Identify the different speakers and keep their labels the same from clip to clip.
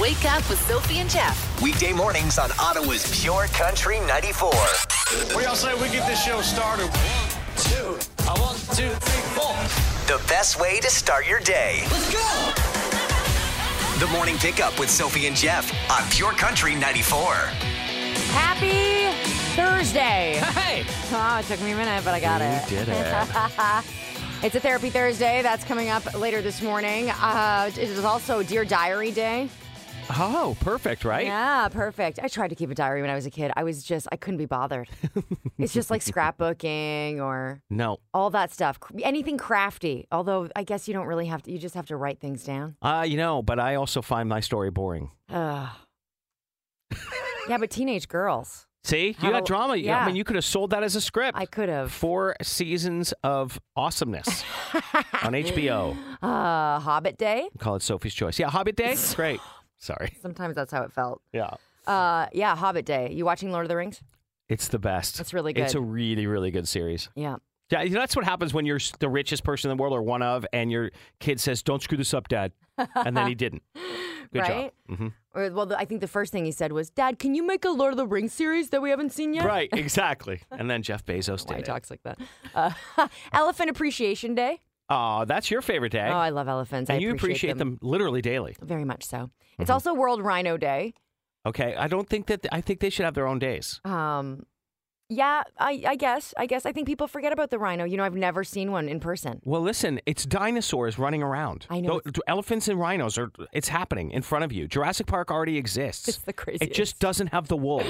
Speaker 1: Wake up with Sophie and Jeff.
Speaker 2: Weekday mornings on Ottawa's Pure Country 94.
Speaker 3: What y'all say we get this show started?
Speaker 4: two. I want two, three, four.
Speaker 2: The best way to start your day.
Speaker 4: Let's go.
Speaker 2: The morning pickup with Sophie and Jeff on Pure Country 94.
Speaker 5: Happy Thursday.
Speaker 4: Hey.
Speaker 5: Oh, it took me a minute, but I got it.
Speaker 6: did it.
Speaker 5: It's a Therapy Thursday. That's coming up later this morning. Uh, it is also Dear Diary Day.
Speaker 6: Oh, perfect, right?
Speaker 5: Yeah, perfect. I tried to keep a diary when I was a kid. I was just, I couldn't be bothered. it's just like scrapbooking or
Speaker 6: No.
Speaker 5: all that stuff. Anything crafty. Although, I guess you don't really have to, you just have to write things down.
Speaker 6: Uh, you know, but I also find my story boring.
Speaker 5: Ugh. yeah, but teenage girls.
Speaker 6: See, you
Speaker 5: How
Speaker 6: got
Speaker 5: do-
Speaker 6: drama. You-
Speaker 5: yeah.
Speaker 6: I mean, you could have sold that as a script.
Speaker 5: I could have.
Speaker 6: Four seasons of awesomeness on HBO.
Speaker 5: Uh, Hobbit Day.
Speaker 6: Call it Sophie's Choice. Yeah, Hobbit Day. Great. Sorry.
Speaker 5: Sometimes that's how it felt.
Speaker 6: Yeah.
Speaker 5: Uh, yeah, Hobbit Day. You watching Lord of the Rings?
Speaker 6: It's the best.
Speaker 5: That's really
Speaker 6: It's a
Speaker 5: good.
Speaker 6: really, really good series.
Speaker 5: Yeah.
Speaker 6: Yeah, you know, that's what happens when you're s- the richest person in the world or one of, and your kid says, "Don't screw this up, Dad," and then he didn't. Good job. Mm-hmm.
Speaker 5: right? Or, well, the, I think the first thing he said was, "Dad, can you make a Lord of the Rings series that we haven't seen yet?"
Speaker 6: Right. Exactly. and then Jeff Bezos
Speaker 5: Why he
Speaker 6: did. it.
Speaker 5: talks like that? Uh, Elephant Appreciation Day.
Speaker 6: Oh, that's your favorite day.
Speaker 5: Oh, I love elephants. I
Speaker 6: and you appreciate them. Mm-hmm. literally daily.
Speaker 5: very much. So it's also World Rhino Day.
Speaker 6: Okay, I don't think that I think they should have their own days.
Speaker 5: Um, yeah, I, I guess. I guess I think people forget about the rhino. You know, I've never seen one in person.
Speaker 6: Well, listen, it's dinosaurs running around.
Speaker 5: I know,
Speaker 6: Tho- elephants and rhinos are. It's happening in front of you. Jurassic Park already exists.
Speaker 5: It's the
Speaker 6: It just
Speaker 5: craziest.
Speaker 6: doesn't have the wool.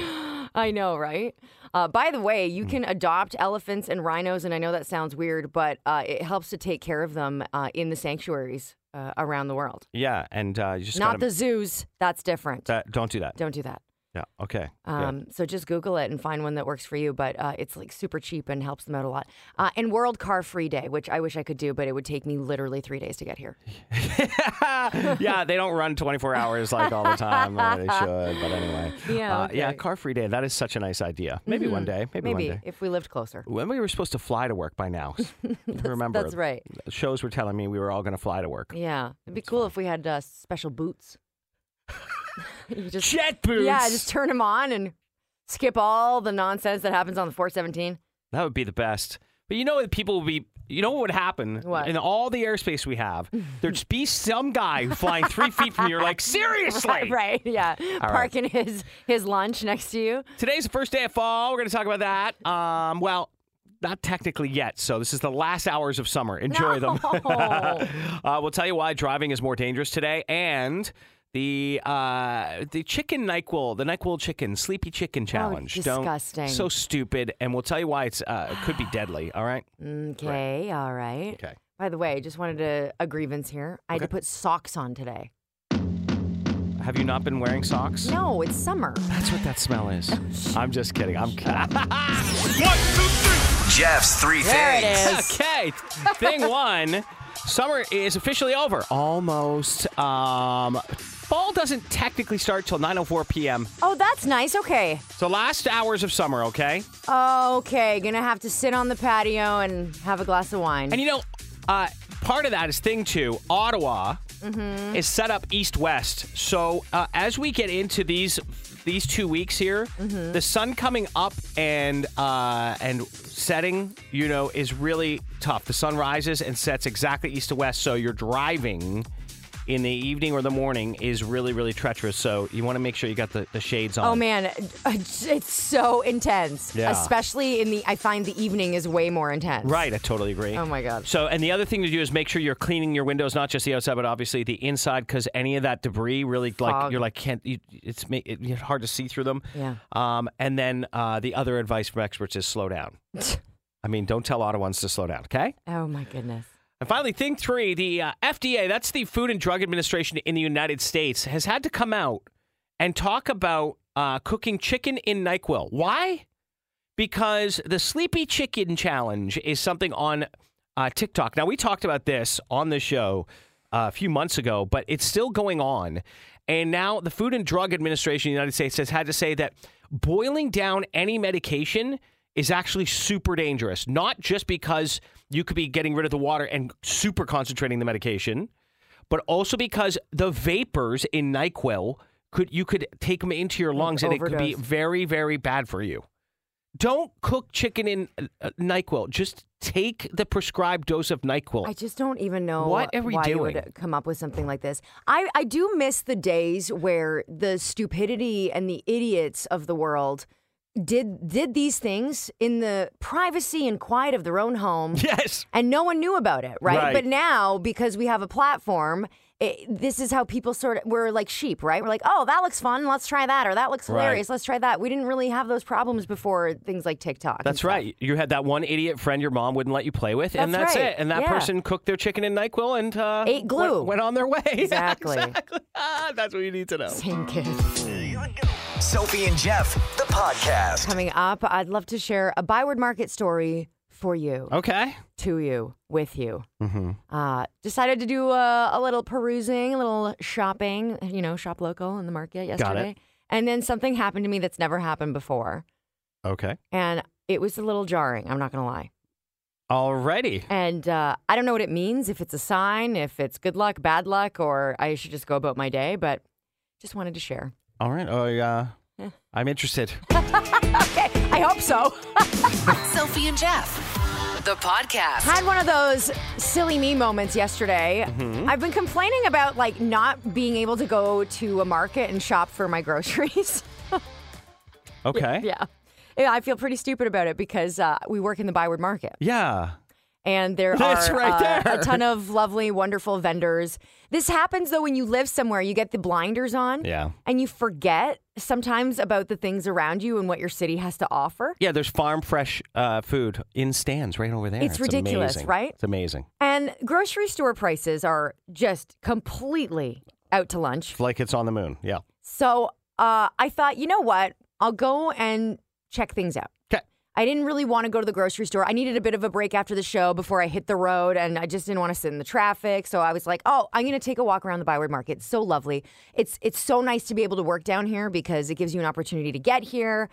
Speaker 5: I know, right? Uh, by the way,
Speaker 6: Mm-hmm.
Speaker 5: you can adopt elephants and rhinos, and I know that sounds weird, but uh, it helps to take care of them uh, in the sanctuaries uh, around the world.
Speaker 6: yeah, and uh, you just
Speaker 5: Not
Speaker 6: gotta,
Speaker 5: the zoos. That's different.
Speaker 6: that- don't do that.
Speaker 5: Don't do that.
Speaker 6: Yeah. Okay. good.
Speaker 5: Um, So just Google it and find one that works for you. But uh, it's like super cheap and helps them out a lot. Uh, and World Car Free Day, which I wish I could do, but it would take me literally three days to get here.
Speaker 6: yeah, they don't run 24 hours like all the time. or they should, but anyway.
Speaker 5: Yeah,
Speaker 6: Uh, Yeah,
Speaker 5: okay. Mm-hmm.
Speaker 6: car free day. That is such a nice idea. Maybe one day. Maybe,
Speaker 5: Maybe
Speaker 6: one day.
Speaker 5: if we lived closer.
Speaker 6: When we were supposed to fly to work by now. remember.
Speaker 5: That's right.
Speaker 6: Shows were telling me we were all going to fly to work.
Speaker 5: Yeah, it'd be cool if we had uh, special boots. you just
Speaker 6: Jet boots.
Speaker 5: yeah, just turn them on and skip all the nonsense that happens on the 417.
Speaker 6: That would be the best. But you know what people would be you know what would happen
Speaker 5: What?
Speaker 6: in all the airspace we have? There'd just be some guy flying three feet from you. You're like, seriously.
Speaker 5: Right? Yeah,
Speaker 6: right.
Speaker 5: parking his his lunch next to you.
Speaker 6: Today's the first day of fall. We're gonna talk about that. Um, well, not technically yet. So this is the last hours of summer. Enjoy them.
Speaker 5: No.
Speaker 6: Uh, we'll tell you why driving is more dangerous today, and the uh, the chicken Nyquil, the Nyquil chicken, sleepy chicken challenge. Don't-
Speaker 5: disgusting.
Speaker 6: so stupid, and we'll tell you why it's uh, it could be deadly. All right.
Speaker 5: Okay, all right.
Speaker 6: Okay.
Speaker 5: By the way, I just wanted a, a grievance here. I had to put socks on today.
Speaker 6: Have you not been wearing socks?
Speaker 5: No, it's summer.
Speaker 6: Mm. That's what that smell is. I'm just kidding. I'm kidding.
Speaker 2: Jeff's three things.
Speaker 6: okay. Thing one. Summer is officially over. Almost. Um, fall doesn't technically start till 9:04 p.m.
Speaker 5: Oh, that's nice. Okay.
Speaker 6: So last hours of summer, okay?
Speaker 5: Okay, gonna have to sit on the patio and have a glass of wine.
Speaker 6: And you know, uh, part of that is thing two. Ottawa
Speaker 5: Mm-hmm.
Speaker 6: is set up east west. So uh, as we get into these these two weeks here,
Speaker 5: Mm-hmm.
Speaker 6: the sun coming up and uh, and setting, you know, is really tough. The sun rises and sets exactly east to west. So you're driving. In the evening or the morning is really, really treacherous. So you want to make sure you got the, the shades on.
Speaker 5: Oh man, it's so intense.
Speaker 6: Yeah.
Speaker 5: Especially in the, I find the evening is way more intense.
Speaker 6: Right, I totally agree.
Speaker 5: Oh my God.
Speaker 6: So, and the other thing to do is make sure you're cleaning your windows, not just the outside, but obviously the inside, because any of that debris really, like,
Speaker 5: Fog.
Speaker 6: you're like can't. You, it's ma- it, it's hard to see through them.
Speaker 5: Yeah.
Speaker 6: Um, and then uh, the other advice from experts is slow down. I mean, don't tell Ottawans to slow down. Okay.
Speaker 5: Oh my goodness.
Speaker 6: And finally, thing three, the uh, FDA, that's the Food and Drug Administration in the United States, has had to come out and talk about uh, cooking chicken in NyQuil. Why? Because the Sleepy Chicken Challenge is something on uh, TikTok. Now, we talked about this on the show uh, a few months ago, but it's still going on. And now the Food and Drug Administration in the United States has had to say that boiling down any medication is actually super dangerous, not just because you could be getting rid of the water and super concentrating the medication, but also because the vapors in NyQuil could you could take them into your lungs and it could be
Speaker 5: overdose.
Speaker 6: very very bad for you. Don't cook chicken in uh, uh, NyQuil. Just take the prescribed dose of NyQuil.
Speaker 5: I just don't even know
Speaker 6: What are we
Speaker 5: why you
Speaker 6: doing?
Speaker 5: would come up with something like this. I, I do miss the days where the stupidity and the idiots of the world did did these things in the privacy and quiet of their own home.
Speaker 6: yes.
Speaker 5: and no one knew about it, right?
Speaker 6: Right.
Speaker 5: But now because we have a platform, it, this is how people sort of we're like sheep, right? We're like, oh, that looks fun, let's try that, or that looks
Speaker 6: Right.
Speaker 5: hilarious, let's try that. We didn't really have those problems before things like TikTok. and
Speaker 6: That's
Speaker 5: stuff.
Speaker 6: right. You had that one idiot friend your mom wouldn't let you play with, and
Speaker 5: That's
Speaker 6: that's
Speaker 5: right.
Speaker 6: it. And that
Speaker 5: Yeah.
Speaker 6: person cooked their chicken in NyQuil and uh,
Speaker 5: Ate glue.
Speaker 6: Went, went on their way.
Speaker 5: Exactly.
Speaker 6: exactly. Ah, that's what you need to know.
Speaker 5: Same kid.
Speaker 2: Sophie and Jeff, the podcast.
Speaker 5: Coming up, I'd love to share a byword market story for you,
Speaker 6: Okay.
Speaker 5: to you, with you. Mm-hmm. Uh, decided to do a, a little perusing, a little shopping, you know, shop local in the market yesterday.
Speaker 6: Got it.
Speaker 5: And then something happened to me that's never happened before.
Speaker 6: Okay.
Speaker 5: And it was a little jarring, I'm not going to lie.
Speaker 6: Alrighty.
Speaker 5: And uh, I don't know what it means, if it's a sign, if it's good luck, bad luck, or I should just go about my day, but just wanted to share.
Speaker 6: All right. Oh yeah. I'm interested.
Speaker 5: Okay, I hope so.
Speaker 1: Sophie and Jeff, the podcast.
Speaker 5: had one of those silly me moments yesterday.
Speaker 6: Mm-hmm.
Speaker 5: I've been complaining about like not being able to go to a market and shop for my groceries.
Speaker 6: Okay.
Speaker 5: yeah. Yeah, I feel pretty stupid about it because uh, we work in the Byward Market,
Speaker 6: Yeah.
Speaker 5: and there
Speaker 6: That's
Speaker 5: are
Speaker 6: right
Speaker 5: uh,
Speaker 6: there.
Speaker 5: a ton of lovely, wonderful vendors. This happens though when you live somewhere, you get the blinders on,
Speaker 6: Yeah.
Speaker 5: and you forget sometimes about the things around you and what your city has to offer.
Speaker 6: Yeah, there's farm fresh uh, food in stands right over there.
Speaker 5: It's ridiculous,
Speaker 6: amazing.
Speaker 5: right?
Speaker 6: It's amazing.
Speaker 5: And grocery store prices are just completely out to lunch.
Speaker 6: It's like it's on the moon. Yeah.
Speaker 5: So uh, I thought, you know what? I'll go and check things out.
Speaker 6: 'Kay.
Speaker 5: I didn't really want to go to the grocery store. I needed a bit of a break after the show before I hit the road, and I just didn't want to sit in the traffic. So I was like, "Oh, I'm going to take a walk around the Byward Market. It's so lovely. It's it's so nice to be able to work down here because it gives you an opportunity to get here."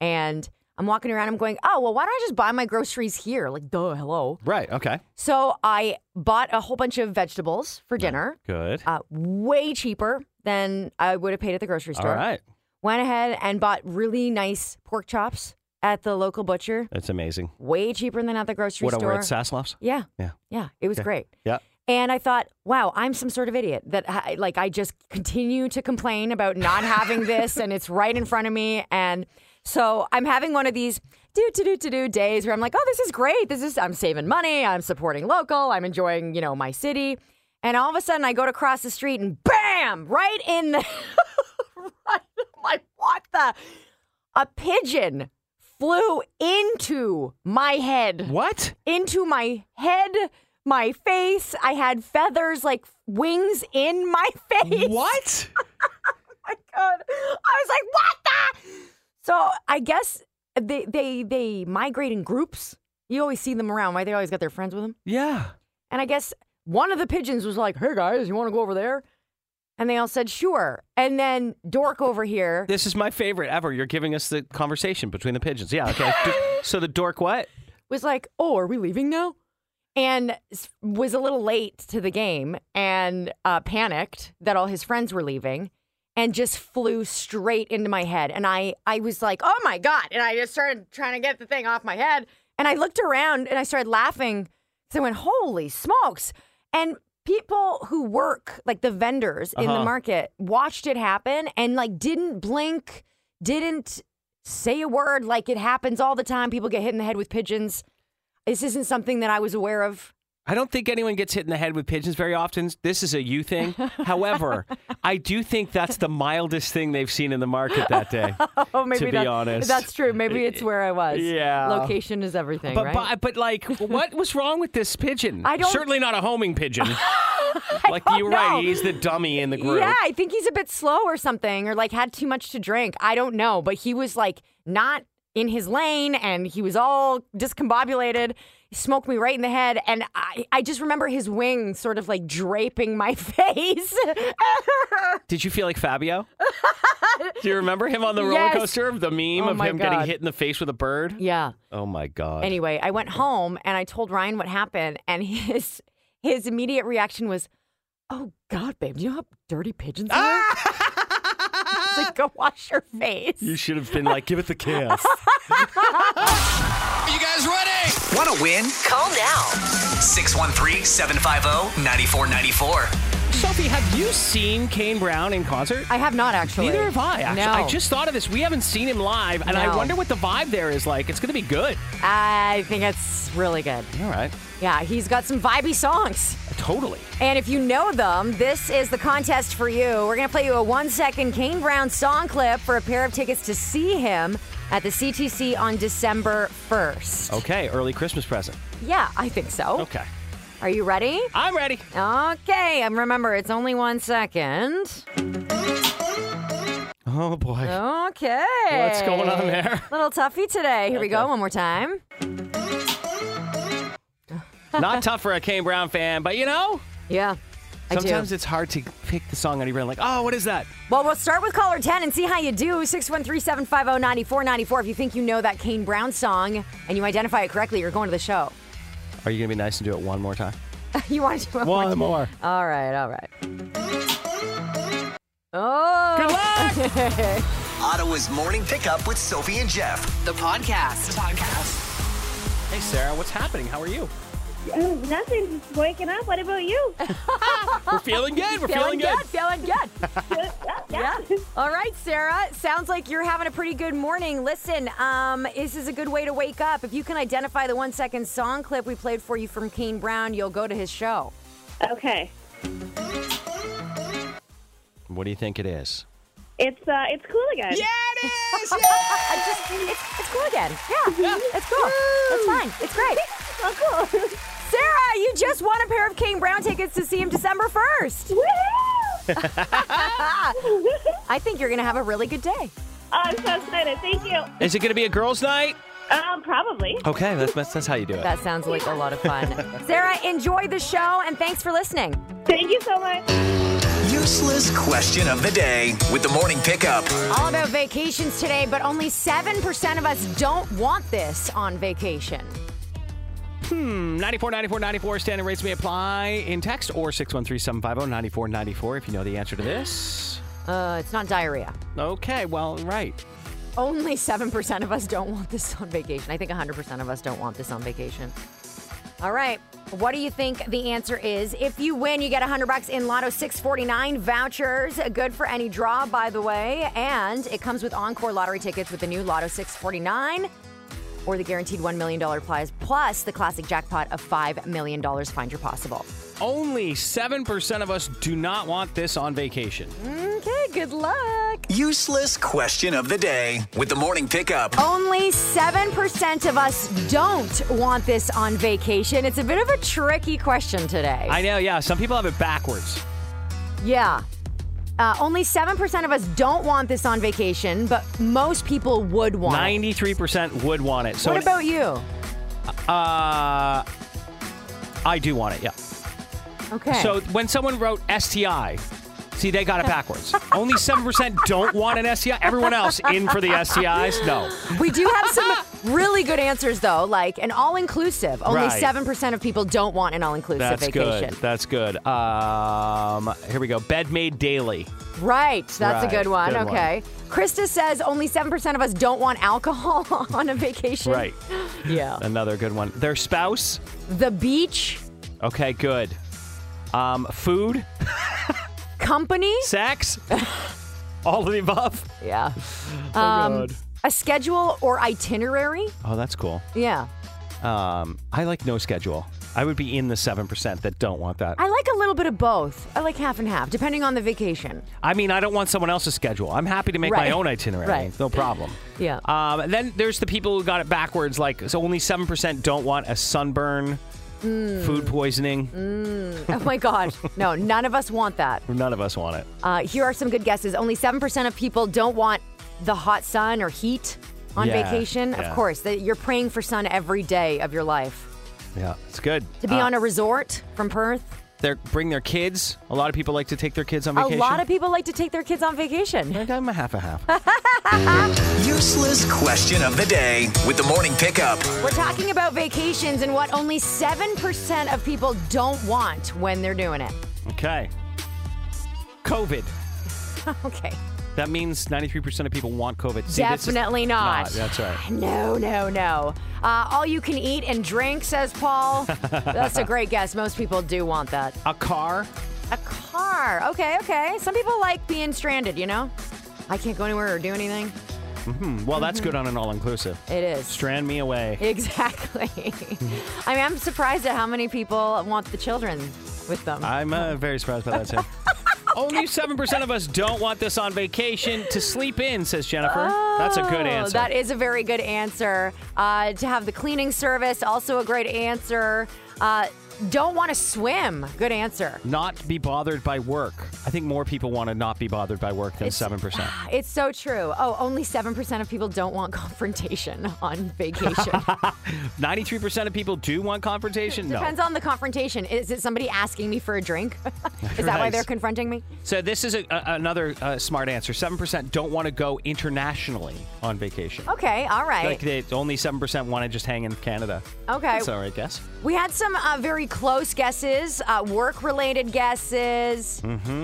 Speaker 5: And I'm walking around. I'm going, "Oh, well, why don't I just buy my groceries here? Like, duh, hello."
Speaker 6: Right. Okay.
Speaker 5: So I bought a whole bunch of vegetables for dinner.
Speaker 6: Good.
Speaker 5: Uh, way cheaper than I would have paid at the grocery
Speaker 6: All
Speaker 5: store
Speaker 6: right.
Speaker 5: went ahead and bought really nice pork chops at the local butcher,
Speaker 6: That's amazing.
Speaker 5: way cheaper than at the grocery
Speaker 6: What
Speaker 5: store.
Speaker 6: over at Sasloff's?
Speaker 5: yeah,
Speaker 6: Yeah.
Speaker 5: yeah, it was great.
Speaker 6: Yeah.
Speaker 5: And I thought, wow, I'm some sort of idiot that I, like I just continue to complain about not having this, and it's right in front of me. And so I'm having one of these do to do to do days where I'm like, oh, this is great. This is I'm saving money. I'm supporting local. I'm enjoying you know my city. And all of a sudden, I go to cross the street and bam, right in the right. I'm like, what the? A pigeon flew into my head
Speaker 6: What?
Speaker 5: into my head, my face. I had feathers like wings in my face.
Speaker 6: What?
Speaker 5: my god! I was like, what the? So I guess they they they migrate in groups. You always see them around, right? They always got their friends with them.
Speaker 6: yeah.
Speaker 5: And I guess one of the pigeons was like, "Hey guys, you want to go over there?" And they all said, "Sure." And then Dork over here.
Speaker 6: This is my favorite ever. You're giving us the conversation between the pigeons. Yeah. Okay. D- so the dork what?
Speaker 5: was like, "Oh, are we leaving now?" And s- was a little late to the game and uh, panicked that all his friends were leaving, and just flew straight into my head. And I, I was like, "Oh my god!" And I just started trying to get the thing off my head. And I looked around and I started laughing because I went, "Holy smokes!" And people who work, like the vendors in the
Speaker 6: Uh-huh.
Speaker 5: market, watched it happen and like didn't blink, didn't say a word. Like it happens all the time. People get hit in the head with pigeons. This isn't something that I was aware of.
Speaker 6: I don't think anyone gets hit in the head with pigeons very often. This is a you thing. However, I do think that's the mildest thing they've seen in the market that day.
Speaker 5: Oh, maybe
Speaker 6: To be
Speaker 5: that-
Speaker 6: honest.
Speaker 5: that's true. Maybe it's where I was.
Speaker 6: Yeah.
Speaker 5: location is everything,
Speaker 6: But,
Speaker 5: right?
Speaker 6: but but like, what was wrong with this pigeon?
Speaker 5: I don't-
Speaker 6: Certainly not a homing pigeon. like
Speaker 5: don't
Speaker 6: you're
Speaker 5: know.
Speaker 6: right, he's the dummy in the group.
Speaker 5: yeah, I think he's a bit slow or something, or like had too much to drink. I don't know, but he was like not in his lane, and he was all discombobulated. He smoked me right in the head, and I, I just remember his wing sort of like draping my face.
Speaker 6: Did you feel like Fabio? Do you remember him on the roller
Speaker 5: Yes.
Speaker 6: coaster of the meme
Speaker 5: Oh
Speaker 6: of
Speaker 5: my
Speaker 6: him getting
Speaker 5: God.
Speaker 6: hit in the face with a bird?
Speaker 5: yeah.
Speaker 6: Oh my god.
Speaker 5: Anyway, I went home and I told Ryan what happened, and his his immediate reaction was, Oh God, babe, do you know how dirty pigeons are? it's like go wash your face.
Speaker 6: You should have been like, give it the chaos.
Speaker 4: Are you guys ready?
Speaker 2: Want to win?
Speaker 1: Call now.
Speaker 2: 613 750 9494.
Speaker 6: Sophie, have you seen Kane Brown in concert?
Speaker 5: I have not actually.
Speaker 6: Neither have I. Actually,
Speaker 5: No.
Speaker 6: I just thought of this. We haven't seen him live, and I
Speaker 5: No.
Speaker 6: wonder what the vibe there is like. It's going to be good.
Speaker 5: I think it's really good.
Speaker 6: All right,
Speaker 5: Yeah, he's got some vibey songs.
Speaker 6: totally.
Speaker 5: And if you know them, this is the contest for you. We're going to play you a one second Kane Brown song clip for a pair of tickets to see him at the CTC on December 1st.
Speaker 6: Okay, early Christmas present.
Speaker 5: Yeah, I think so.
Speaker 6: Okay,
Speaker 5: Are you ready?
Speaker 6: I'm ready.
Speaker 5: Okay, and remember, it's only one second.
Speaker 6: Oh boy,
Speaker 5: Okay.
Speaker 6: what's going on there?
Speaker 5: Little toughie today. Here we go, one more time.
Speaker 6: Not tough for a Kane Brown fan, but you know,
Speaker 5: Yeah. I do.
Speaker 6: sometimes it's hard to pick the song out of your brain. Like, oh, what is that?
Speaker 5: Well, we'll start with caller 10 and see how you do. 613 750 9494. If you think you know that Kane Brown song and you identify it correctly, you're going to the show.
Speaker 6: Are you going to be nice and do it one more time?
Speaker 5: you want to do it one
Speaker 6: One more.
Speaker 5: All right, all right. Oh. Good luck!
Speaker 2: Ottawa's morning pickup with Sophie and Jeff.
Speaker 1: The podcast. podcast.
Speaker 6: Hey, Sarah, what's happening? How are
Speaker 5: Uh,
Speaker 6: you?
Speaker 7: Oh, nothing. Just waking up. What about you?
Speaker 6: We're feeling good. We're
Speaker 5: Feeling
Speaker 6: feeling,
Speaker 5: good, feeling good.
Speaker 7: yeah,
Speaker 5: Yeah. All right, Sarah. Sounds like you're having a pretty good morning. Listen, um, this is a good way to wake up. If you can identify the one second song clip we played for you from Kane Brown, you'll go to his show.
Speaker 7: Okay.
Speaker 6: What do you think it is?
Speaker 7: It's uh, it's cool again. Yeah.
Speaker 5: I just, it's, it's cool again. Yeah, it's cool. It's fine. It's great.
Speaker 7: Oh, cool.
Speaker 5: Sarah, you just won a pair of Kane Brown tickets to see him December 1st.
Speaker 7: Woohoo!
Speaker 5: I think you're going to have a really good day.
Speaker 7: Oh, I'm so excited. Thank you.
Speaker 6: Is it going to be a girls' night?
Speaker 7: Um, probably.
Speaker 6: Okay, that's that's, that's how you do it.
Speaker 5: That sounds like a lot of fun. Sarah, enjoy the show and thanks for listening.
Speaker 7: Thank you so much.
Speaker 2: Useless question of the day with the morning pickup.
Speaker 5: All about vacations today, but only 7% of us don't want this on vacation.
Speaker 6: Mm, 94 94 94 standard rates may apply in text or 613 750 9494 oh, if you know the answer to this.
Speaker 5: Uh, it's not diarrhea.
Speaker 6: Okay, well, right.
Speaker 5: Only 7% of us don't want this on vacation. I think 100% of us don't want this on vacation. All right. What do you think the answer is? If you win, you get 100 bucks in Lotto 649 vouchers. Good for any draw, by the way. And it comes with Encore lottery tickets with the new Lotto 649 or the guaranteed $1 million prize, plus the classic jackpot of $5 million. Find your possible.
Speaker 6: Only 7% of us do not want this on vacation.
Speaker 5: Okay, good luck.
Speaker 2: Useless question of the day with the morning pickup.
Speaker 5: Only 7% of us don't want this on vacation. It's a bit of a tricky question today.
Speaker 6: I know, yeah, some people have it backwards.
Speaker 5: yeah. Uh, only 7% of us don't want this on vacation, but most people would want it.
Speaker 6: 93% would want it. So
Speaker 5: What about you?
Speaker 6: uh I do want it, yeah.
Speaker 5: Okay.
Speaker 6: So when someone wrote STI, see they got it backwards. Only 7% don't want an STI. Everyone else in for the STIs? No.
Speaker 5: we do have some really good answers, though, like an all inclusive. Only
Speaker 6: Right.
Speaker 5: 7% of people don't want an all inclusive
Speaker 6: That's
Speaker 5: vacation.
Speaker 6: good. That's good. Um, here we go. Bed made daily.
Speaker 5: Right. That's a
Speaker 6: Right,
Speaker 5: good one.
Speaker 6: good one.
Speaker 5: okay. Krista says only 7% of us don't want alcohol on a vacation.
Speaker 6: Right.
Speaker 5: Yeah.
Speaker 6: Another good one. Their spouse.
Speaker 5: The beach,
Speaker 6: Okay, good. Um, food,
Speaker 5: company.
Speaker 6: sex, all of the above.
Speaker 5: Yeah.
Speaker 6: Oh,
Speaker 5: Um,
Speaker 6: God.
Speaker 5: A schedule or itinerary?
Speaker 6: oh that's cool.
Speaker 5: Yeah.
Speaker 6: Um, I like no schedule. I would be in the 7% that don't want that.
Speaker 5: I like a little bit of both. I like half and half, depending on the vacation.
Speaker 6: I mean, I don't want someone else's schedule. I'm happy to make my
Speaker 5: Right.
Speaker 6: own itinerary.
Speaker 5: Right.
Speaker 6: No problem.
Speaker 5: Yeah.
Speaker 6: Um, then there's the people who got it backwards. Like, so only 7% don't want a sunburn,
Speaker 5: Mm.
Speaker 6: food poisoning.
Speaker 5: oh my God. No, none of us want that.
Speaker 6: None of us want it.
Speaker 5: Uh, here are some good guesses. Only 7% of people don't want the hot sun or heat on
Speaker 6: Yeah,
Speaker 5: vacation.
Speaker 6: yeah.
Speaker 5: Of course, that you're praying for sun every day of your life.
Speaker 6: Yeah, it's good.
Speaker 5: To be on a resort from Perth,
Speaker 6: their bring their kids. A lot of people like to take their kids on
Speaker 5: a
Speaker 6: vacation.
Speaker 5: lot of people like to take their kids on vacation.
Speaker 6: people. I'm a half a half.
Speaker 2: Useless question of the day with the morning pickup.
Speaker 5: We're talking about vacations and what only 7% of people don't want when they're doing it.
Speaker 6: okay. COVID.
Speaker 5: Okay.
Speaker 6: That means 93% of people want COVID. See, this is-
Speaker 5: Definitely not.
Speaker 6: Nah, that's right.
Speaker 5: No, no, no. Uh, all you can eat and drink, says Paul. That's a great guess. Most people do want that.
Speaker 6: A car?
Speaker 5: A car. Okay, okay. Some people like being stranded, you know? I can't go anywhere or do anything.
Speaker 6: Hmm, Well, that's good on an all inclusive.
Speaker 5: Mm-hmm. It is.
Speaker 6: Strand me away.
Speaker 5: Exactly. I mean, I'm surprised at how many people want the children with them.
Speaker 6: I'm uh, very surprised by that, too. Only 7% of us don't want this on vacation. To sleep in, says Jennifer. that's a good
Speaker 5: Oh,
Speaker 6: answer.
Speaker 5: That is a very good answer. Uh, to have the cleaning service, also a great answer. Uh, don't want to swim. Good answer.
Speaker 6: not be bothered by work. I think more people want to not be bothered by work than 7%.
Speaker 5: It's so true. Oh, only 7% of people don't want confrontation on vacation.
Speaker 6: 93% of people do want confrontation?
Speaker 5: Depends
Speaker 6: no.
Speaker 5: on the confrontation. Is it somebody asking me for a drink? is that why
Speaker 6: Right.
Speaker 5: they're confronting me?
Speaker 6: so this is a, a, another uh, smart answer. 7% don't want to go internationally on vacation.
Speaker 5: Okay, all right.
Speaker 6: Like they, only 7% want to just hang in Canada.
Speaker 5: Okay.
Speaker 6: That's all right, guess.
Speaker 5: We had some uh, very close guesses, uh, work-related guesses,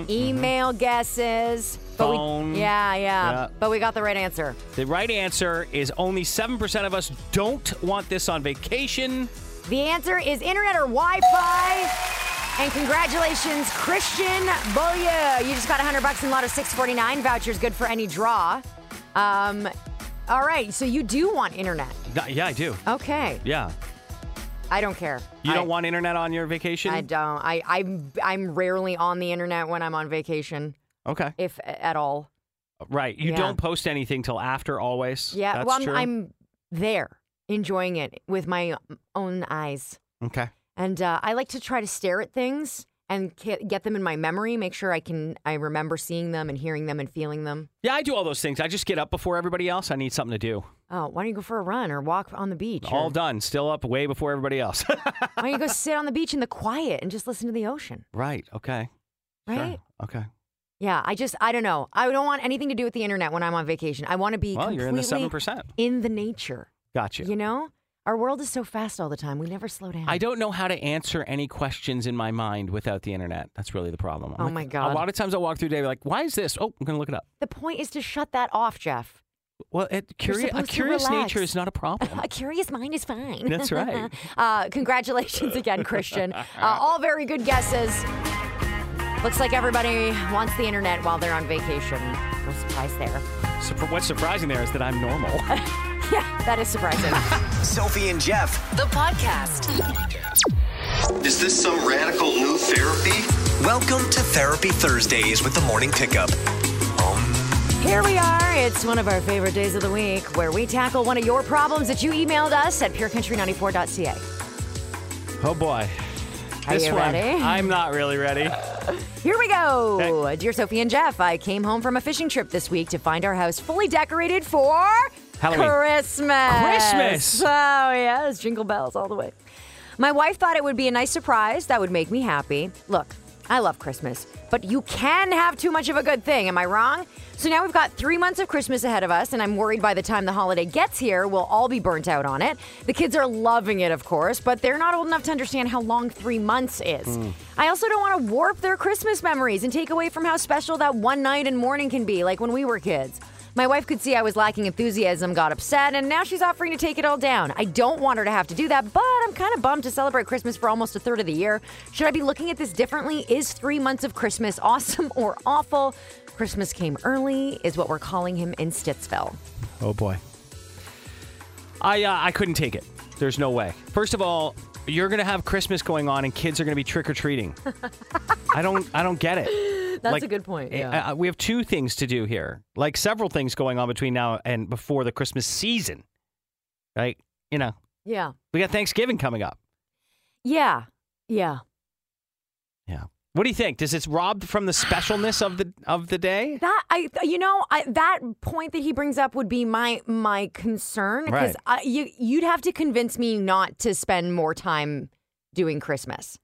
Speaker 5: email guesses. But
Speaker 6: Mm-hmm, Phone.
Speaker 5: We, yeah, yeah,
Speaker 6: Yeah.
Speaker 5: But we got the right answer.
Speaker 6: The right answer is only 7% of us don't want this on vacation.
Speaker 5: The answer is internet or Wi-Fi. And congratulations, Christian Beaulieu. You just got 100 bucks in Lotto 649 vouchers, good for any draw. Um, all right, so you do want internet.
Speaker 6: No, yeah, I do.
Speaker 5: Okay,
Speaker 6: Yeah.
Speaker 5: I don't care.
Speaker 6: You
Speaker 5: I,
Speaker 6: don't want internet on your vacation?
Speaker 5: I don't. I, I'm, I'm rarely on the internet when I'm on vacation,
Speaker 6: Okay.
Speaker 5: if at all.
Speaker 6: Right. You
Speaker 5: Yeah.
Speaker 6: don't post anything till after always.
Speaker 5: Yeah,
Speaker 6: That's
Speaker 5: well, I'm,
Speaker 6: true.
Speaker 5: I'm there enjoying it with my own eyes.
Speaker 6: okay.
Speaker 5: And uh, I like to try to stare at things and ca- get them in my memory, make sure I can I remember seeing them and hearing them and feeling them.
Speaker 6: Yeah, I do all those things. I just get up before everybody else. I need something to do.
Speaker 5: Oh, why don't you go for a run or walk on the beach? or
Speaker 6: All done. Still up way before everybody else.
Speaker 5: why don't you go sit on the beach in the quiet and just listen to the ocean,
Speaker 6: right. Okay. Sure.
Speaker 5: right?
Speaker 6: Okay.
Speaker 5: Yeah, I just I don't know. I don't want anything to do with the internet when I'm on vacation. I want to be
Speaker 6: Well, you're in the
Speaker 5: completely
Speaker 6: 7%.
Speaker 5: in the nature.
Speaker 6: Gotcha.
Speaker 5: You know, our world is so fast all the time. We never slow down.
Speaker 6: I don't know how to answer any questions in my mind without the internet. That's really the problem. I'm
Speaker 5: Oh
Speaker 6: like-
Speaker 5: my God.
Speaker 6: A lot of times I walk through the day like, why is this? Oh, I'm going to look it up.
Speaker 5: the point is to shut that off, Jeff.
Speaker 6: Well, it, curi- a
Speaker 5: supposed to
Speaker 6: curious
Speaker 5: relax.
Speaker 6: nature is not a problem.
Speaker 5: A curious mind is fine.
Speaker 6: That's right.
Speaker 5: uh, congratulations again, Christian. Uh, all very good guesses. Looks like everybody wants the internet while they're on vacation. No surprise there.
Speaker 6: Surpri- what's surprising there is that I'm normal.
Speaker 5: Yeah, that is surprising.
Speaker 2: Sophie and Jeff.
Speaker 1: The podcast.
Speaker 8: Is this some radical new therapy?
Speaker 2: Welcome to Therapy Thursdays with the Morning Pickup.
Speaker 5: Here we are. It's one of our favorite days of the week where we tackle one of your problems that you emailed us at purecountry94.ca.
Speaker 6: oh, boy.
Speaker 5: Are
Speaker 6: this
Speaker 5: you
Speaker 6: one,
Speaker 5: ready?
Speaker 6: I'm not really ready.
Speaker 5: Here we go. Dear Sophie and Jeff, I came home from a fishing trip this week to find our house fully decorated for
Speaker 6: Halloween.
Speaker 5: Christmas.
Speaker 6: Christmas!
Speaker 5: Oh, yes. Jingle bells all the way. My wife thought it would be a nice surprise that would make me happy. Look, I love Christmas, but you can have too much of a good thing. Am I wrong? So now we've got three months of Christmas ahead of us, and I'm worried by the time the holiday gets here, we'll all be burnt out on it. The kids are loving it, of course, but they're not old enough to understand how long three months is. I also don't want to warp their Christmas memories and take away from how special that one night and morning can be, like when we were kids. My wife could see I was lacking enthusiasm, got upset, and now she's offering to take it all down. I don't want her to have to do that, but I'm kind of bummed to celebrate Christmas for almost a third of the year. Should I be looking at this differently? Is three months of Christmas awesome or awful? Christmas came early, is what we're calling him in Stittsville.
Speaker 6: Oh boy. I uh, I couldn't take it. There's no way. First of all, you're gonna have Christmas going on, and kids are gonna be trick or treating. I don't I don't get it.
Speaker 5: That's a good point,
Speaker 6: I-
Speaker 5: yeah.
Speaker 6: I- we have two things to do here. Like several things going on between now and before the Christmas season. Right? You know,
Speaker 5: Yeah.
Speaker 6: we got Thanksgiving coming up.
Speaker 5: Yeah. Yeah.
Speaker 6: Yeah. What do you think? Does it rob from the specialness of the of the day?
Speaker 5: That I, you know, I, that point that he brings up would be my my concern because
Speaker 6: Right.
Speaker 5: you you'd have to convince me not to spend more time doing Christmas.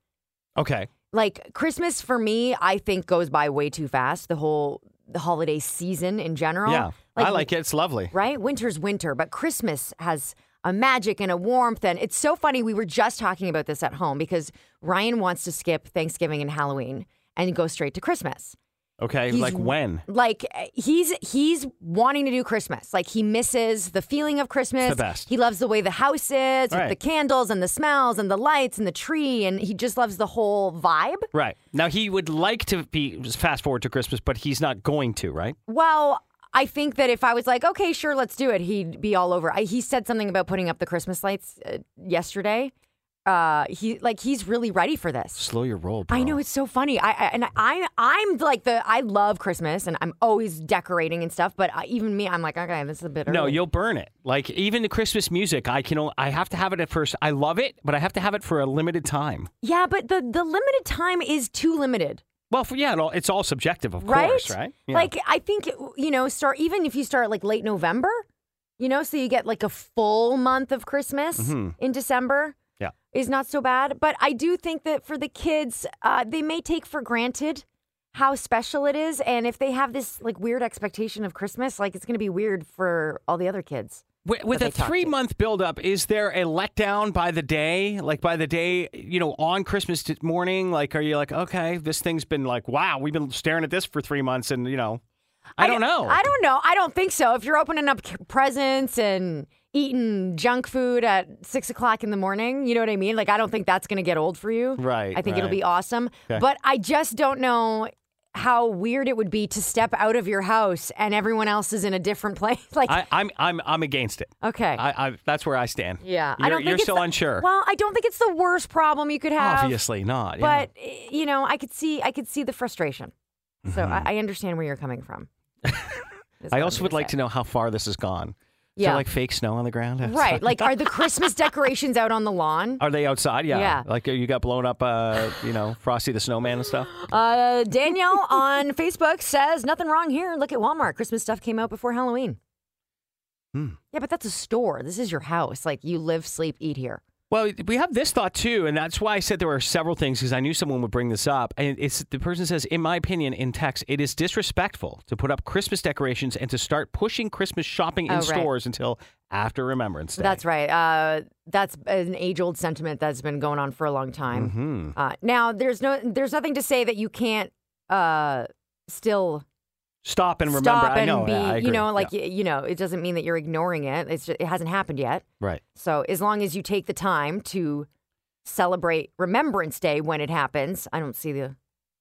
Speaker 6: Okay.
Speaker 5: like Christmas for me, I think goes by way too fast. The whole the holiday season in general.
Speaker 6: Yeah. I like it. It's lovely.
Speaker 5: Right? Winter's winter, but Christmas has a magic and a warmth. And it's so funny. We were just talking about this at home because Ryan wants to skip Thanksgiving and Halloween and go straight to Christmas.
Speaker 6: Okay,
Speaker 5: He's-
Speaker 6: like when?
Speaker 5: Like uh, he's he's wanting to do Christmas. Like he misses the feeling of Christmas.
Speaker 6: the best.
Speaker 5: He loves the way the house is with
Speaker 6: Right.
Speaker 5: the candles and the smells and the lights and the tree and he just loves the whole vibe.
Speaker 6: Right now, he would like to be just fast forward to Christmas, but he's not going to. Right?
Speaker 5: Well, I think that if I was like, okay, sure, let's do it, he'd be all over. I, he said something about putting up the Christmas lights uh, yesterday. Uh, he like he's really ready for this.
Speaker 6: Slow your roll, bro.
Speaker 5: I know it's so funny. I, I and I I'm like the I love Christmas and I'm always decorating and stuff. But I, even me, I'm like, okay, this is a bit.
Speaker 6: No,
Speaker 5: early.
Speaker 6: you'll burn it. Like even the Christmas music, I can. Only, I have to have it at first. I love it, but I have to have it for a limited time.
Speaker 5: yeah, but the the limited time is too limited.
Speaker 6: Well, for, yeah, it all, it's all subjective, of
Speaker 5: right?
Speaker 6: course, right? Yeah.
Speaker 5: Like I think you know, start even if you start like late November, you know, so you get like a full month of Christmas
Speaker 6: Mm-hmm.
Speaker 5: in December.
Speaker 6: Yeah.
Speaker 5: is not so bad. But I do think that for the kids, uh, they may take for granted how special it is, and if they have this like weird expectation of Christmas, like it's going to be weird for all the other kids.
Speaker 6: With, with
Speaker 5: that they
Speaker 6: a
Speaker 5: talk to.
Speaker 6: three month buildup, is there a letdown by the day? Like by the day, you know, on Christmas t- morning, like are you like, okay, this thing's been like, wow, we've been staring at this for three months, and you know, I, don't know.
Speaker 5: I don't know. I don't think so. If you're opening up c- presents and eating junk food at six o'clock in the morning, you know what I mean? Like, I don't think that's going to get old for you.
Speaker 6: Right,
Speaker 5: I think it'll
Speaker 6: right.
Speaker 5: be awesome. But I just don't know how weird it would be to step out of your house and everyone else is in a different place. Like,
Speaker 6: I, I'm I'm I'm against it.
Speaker 5: okay.
Speaker 6: I, I that's where I stand.
Speaker 5: yeah.
Speaker 6: you're,
Speaker 5: I don't think
Speaker 6: you're
Speaker 5: it's
Speaker 6: still
Speaker 5: the-
Speaker 6: unsure.
Speaker 5: Well, I don't think it's the worst problem you could have.
Speaker 6: Obviously not. yeah.
Speaker 5: But, eh, you know, I could see, I could see the frustration. So I, I understand where you're coming from. Is what
Speaker 6: Mm-hmm. I
Speaker 5: I'm
Speaker 6: also would
Speaker 5: gonna
Speaker 6: like
Speaker 5: say.
Speaker 6: to know how far this has gone. Is
Speaker 5: Yeah.
Speaker 6: there like fake snow on the ground?
Speaker 5: Right. Like, are the Christmas decorations out on the lawn?
Speaker 6: Are they outside? Yeah.
Speaker 5: Yeah.
Speaker 6: Like you got blown up, uh, you know, Frosty the Snowman and stuff.
Speaker 5: Uh, Danielle on Facebook says, nothing wrong here. Look at Walmart. Christmas stuff came out before Halloween.
Speaker 6: Hmm.
Speaker 5: Yeah, but that's a store. This is your house. Like, you live, sleep, eat here.
Speaker 6: Well, we have this thought too, and that's why I said there were several things because I knew someone would bring this up. And it's the person says, in my opinion, in text, it is disrespectful to put up Christmas decorations and to start pushing Christmas shopping in
Speaker 5: Oh, right.
Speaker 6: stores until after Remembrance Day.
Speaker 5: That's right. Uh, that's an age-old sentiment that's been going on for a long time.
Speaker 6: Mm-hmm.
Speaker 5: Uh, now, there's no, there's nothing to say that you can't uh, still
Speaker 6: stop and remember.
Speaker 5: stop
Speaker 6: I
Speaker 5: and
Speaker 6: know.
Speaker 5: be,
Speaker 6: yeah, I
Speaker 5: you
Speaker 6: agree.
Speaker 5: know, like
Speaker 6: Yeah.
Speaker 5: y- you know, it doesn't mean that you're ignoring it. It's just, it hasn't happened yet.
Speaker 6: right.
Speaker 5: So as long as you take the time to celebrate Remembrance Day when it happens, I don't see the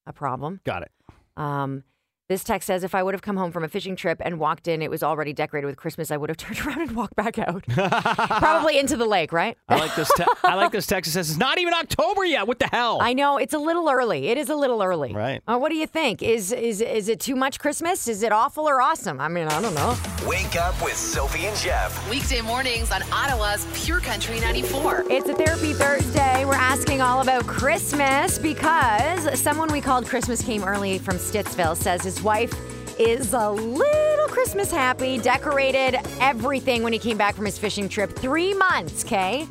Speaker 5: a problem.
Speaker 6: Got it.
Speaker 5: Um, this text says, if I would have come home from a fishing trip and walked in, it was already decorated with Christmas, I would have turned around and walked back out, probably into the lake, right?
Speaker 6: I like this. Te- I like this text. It says it's not even October yet. What the hell?
Speaker 5: I know it's a little early. It is a little early,
Speaker 6: Right.
Speaker 5: Uh, what do you think? Is is is it too much Christmas? Is it awful or awesome? I mean, I don't know.
Speaker 2: Wake up with Sophie and Jeff.
Speaker 1: Weekday mornings on Ottawa's Pure Country 94.
Speaker 5: It's a Therapy Thursday. We're asking all about Christmas because someone we called Christmas Came Early from Stittsville says his wife is a little Christmas happy, decorated everything when he came back from his fishing trip. Three months, okay?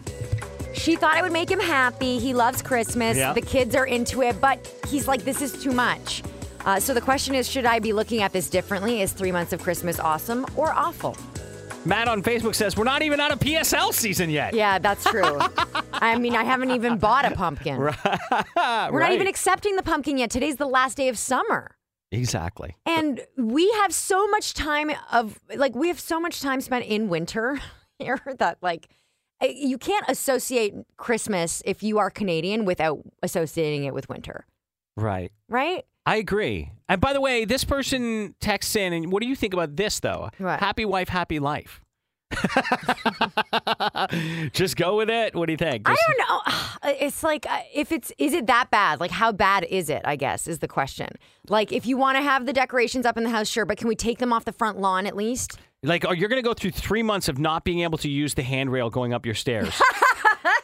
Speaker 5: She thought it would make him happy. He loves Christmas.
Speaker 6: Yeah.
Speaker 5: The kids are into it, but he's like, this is too much. Uh, so the question is should I be looking at this differently? Is three months of Christmas awesome or awful?
Speaker 6: Matt on Facebook says we're not even out of PSL season yet.
Speaker 5: Yeah, that's true. I mean, I haven't even bought a pumpkin. We're not even accepting the pumpkin yet. Today's the last day of summer.
Speaker 6: exactly.
Speaker 5: And we have so much time of like we have so much time spent in winter here that like I- you can't associate Christmas if you are Canadian without associating it with winter,
Speaker 6: Right.
Speaker 5: right?
Speaker 6: I agree. And by the way, this person texts in, and what do you think about this though?
Speaker 5: What?
Speaker 6: Happy wife, happy life. Just go with it. What do you think?
Speaker 5: I
Speaker 6: Just-
Speaker 5: don't know. It's like uh, if it's is it that bad? Like how bad is it? I guess is the question. Like if you want to have the decorations up in the house, sure, but can we take them off the front lawn at least?
Speaker 6: like, oh, you're going to go through three months of not being able to use the handrail going up your stairs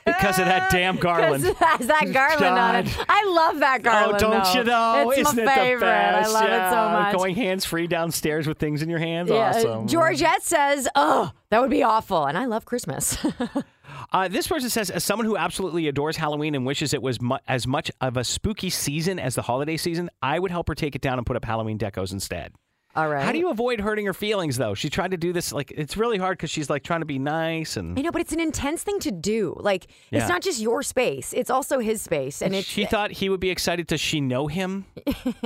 Speaker 6: because of that damn garland.
Speaker 5: Because it has that garland on it.
Speaker 6: God.
Speaker 5: I love that garland.
Speaker 6: oh, don't you know?
Speaker 5: It's
Speaker 6: Isn't
Speaker 5: my
Speaker 6: it
Speaker 5: favorite.
Speaker 6: the best?
Speaker 5: I love
Speaker 6: yeah.
Speaker 5: it so much.
Speaker 6: Going hands free downstairs with things in your hands.
Speaker 5: yeah. uh,
Speaker 6: Awesome.
Speaker 5: Georgette says, "Oh, that would be awful," and I love Christmas.
Speaker 6: Uh, this person says, as someone who absolutely adores Halloween and wishes it was mu- as much of a spooky season as the holiday season, I would help her take it down and put up Halloween decos instead.
Speaker 5: All right.
Speaker 6: How do you avoid hurting her feelings though? She tried to do this like it's really hard because she's like trying to be nice and
Speaker 5: I know, but it's an intense thing to do. Like,
Speaker 6: Yeah.
Speaker 5: it's not just your space; it's also his space, and it's
Speaker 6: she thought he would be excited. Does she know him?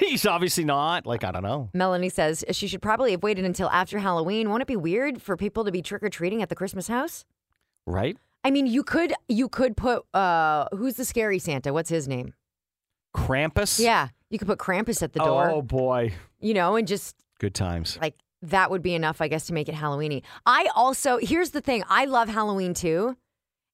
Speaker 6: He's obviously not. Like I don't know.
Speaker 5: Melanie says she should probably have waited until after Halloween. Won't it be weird for people to be trick or treating at the Christmas house?
Speaker 6: Right?
Speaker 5: I mean, you could you could put uh who's the scary Santa? What's his name?
Speaker 6: Krampus.
Speaker 5: Yeah, you could put Krampus at the door,
Speaker 6: Oh boy.
Speaker 5: you know, and just
Speaker 6: Good times.
Speaker 5: like that would be enough, I guess, to make it Halloweeny. I also here's the thing: I love Halloween too,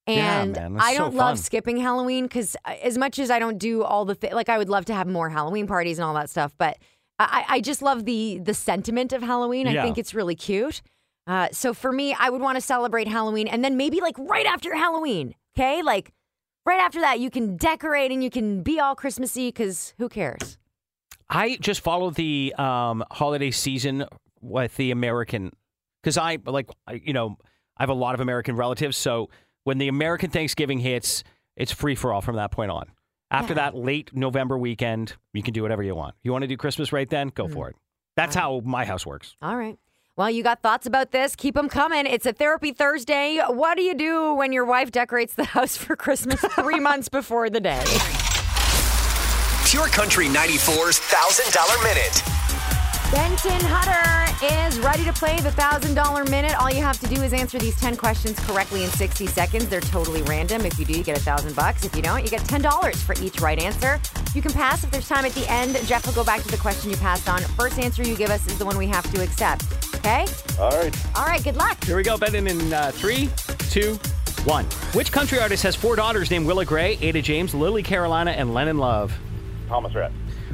Speaker 6: Yeah,
Speaker 5: and
Speaker 6: man, that's
Speaker 5: I
Speaker 6: so
Speaker 5: don't love
Speaker 6: fun.
Speaker 5: skipping Halloween because as much as I don't do all the thi- like, I would love to have more Halloween parties and all that stuff, but I, I just love the the sentiment of Halloween.
Speaker 6: Yeah.
Speaker 5: I think it's really cute. Uh, so for me, I would want to celebrate Halloween, and then maybe like right after Halloween, okay, like. Right after that, you can decorate and you can be all Christmassy because who cares?
Speaker 6: I just follow the um, holiday season with the American because I like I- you know I have a lot of American relatives, so when the American Thanksgiving hits, it's free for all from that point on. After that late November weekend, you can do whatever you want. You want to do Christmas right then? Go for it. That's how my house works.
Speaker 5: All right. Well, you got thoughts about this? Keep them coming. It's a therapy Thursday. What do you do when your wife decorates the house for Christmas three months before the day?
Speaker 2: Pure Country 94's $1,000 Minute.
Speaker 5: Benton Hutter is ready to play the $1,000 minute. All you have to do is answer these 10 questions correctly in 60 seconds. They're totally random. If you do, you get a 1000 bucks. If you don't, you get $10 for each right answer. You can pass if there's time at the end. Jeff will go back to the question you passed on. First answer you give us is the one we have to accept. Okay?
Speaker 9: All right.
Speaker 5: All right, good luck.
Speaker 6: Here we go, Brendan, in uh, three, two, one. Which country artist has four daughters named Willa Gray, Ada James, Lily Carolina, and Lennon Love?
Speaker 9: Thomas Rhett.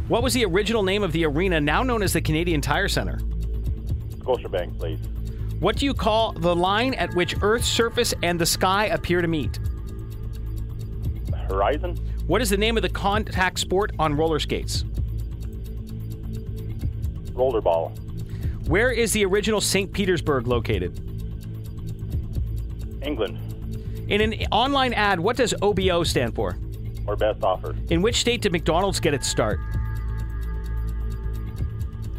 Speaker 6: What was the original name of the arena now known as the Canadian Tire Centre?
Speaker 9: Scotiabank, please.
Speaker 6: What do you call the line at which Earth's surface and the sky appear to meet?
Speaker 9: Horizon.
Speaker 6: What is the name of the contact sport on roller skates?
Speaker 9: Rollerball.
Speaker 6: Where is the original St. Petersburg located?
Speaker 9: England.
Speaker 6: In an online ad, what does OBO stand for?
Speaker 9: Or best offer.
Speaker 6: In which state did McDonald's get its start?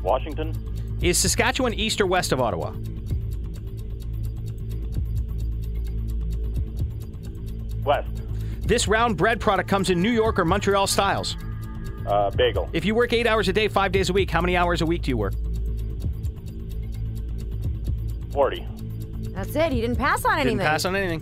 Speaker 9: Washington.
Speaker 6: Is Saskatchewan east or west of Ottawa?
Speaker 9: West.
Speaker 6: This round bread product comes in New York or Montreal styles.
Speaker 9: Uh, bagel.
Speaker 6: If you work eight hours a day, five days a week, how many hours a week do you work?
Speaker 9: 40.
Speaker 5: That's it. He didn't pass on anything.
Speaker 6: Didn't pass on anything.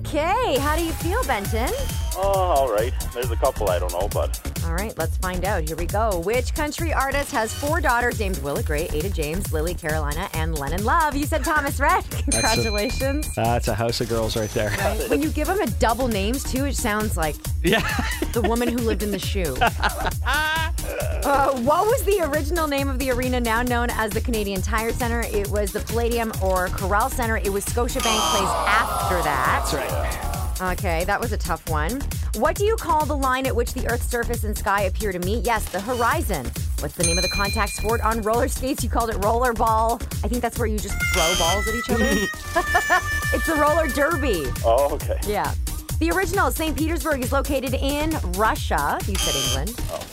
Speaker 5: Okay. How do you feel, Benton?
Speaker 9: Oh, all right. There's a couple I don't know, but
Speaker 5: All right, let's find out. Here we go. Which country artist has four daughters named Willa Gray, Ada James, Lily Carolina, and Lennon Love? You said Thomas Rhett. Congratulations.
Speaker 6: That's a house of girls right there.
Speaker 5: when you give them a double names too, it sounds like
Speaker 6: Yeah.
Speaker 5: the woman who lived in the shoe. Uh, what was the original name of the arena now known as the Canadian Tire Centre? It was the Palladium or Corral Centre. It was Scotiabank Place after that. That's right. Okay, that was a tough one. What do you call the line at which the Earth's surface and sky appear to meet? Yes, the horizon. What's the name of the contact sport on roller skates? You called it rollerball. I think that's where you just throw balls at each other. it's the roller derby.
Speaker 9: oh, okay.
Speaker 5: Yeah. The original St. Petersburg is located in Russia. You said England.
Speaker 6: Oh.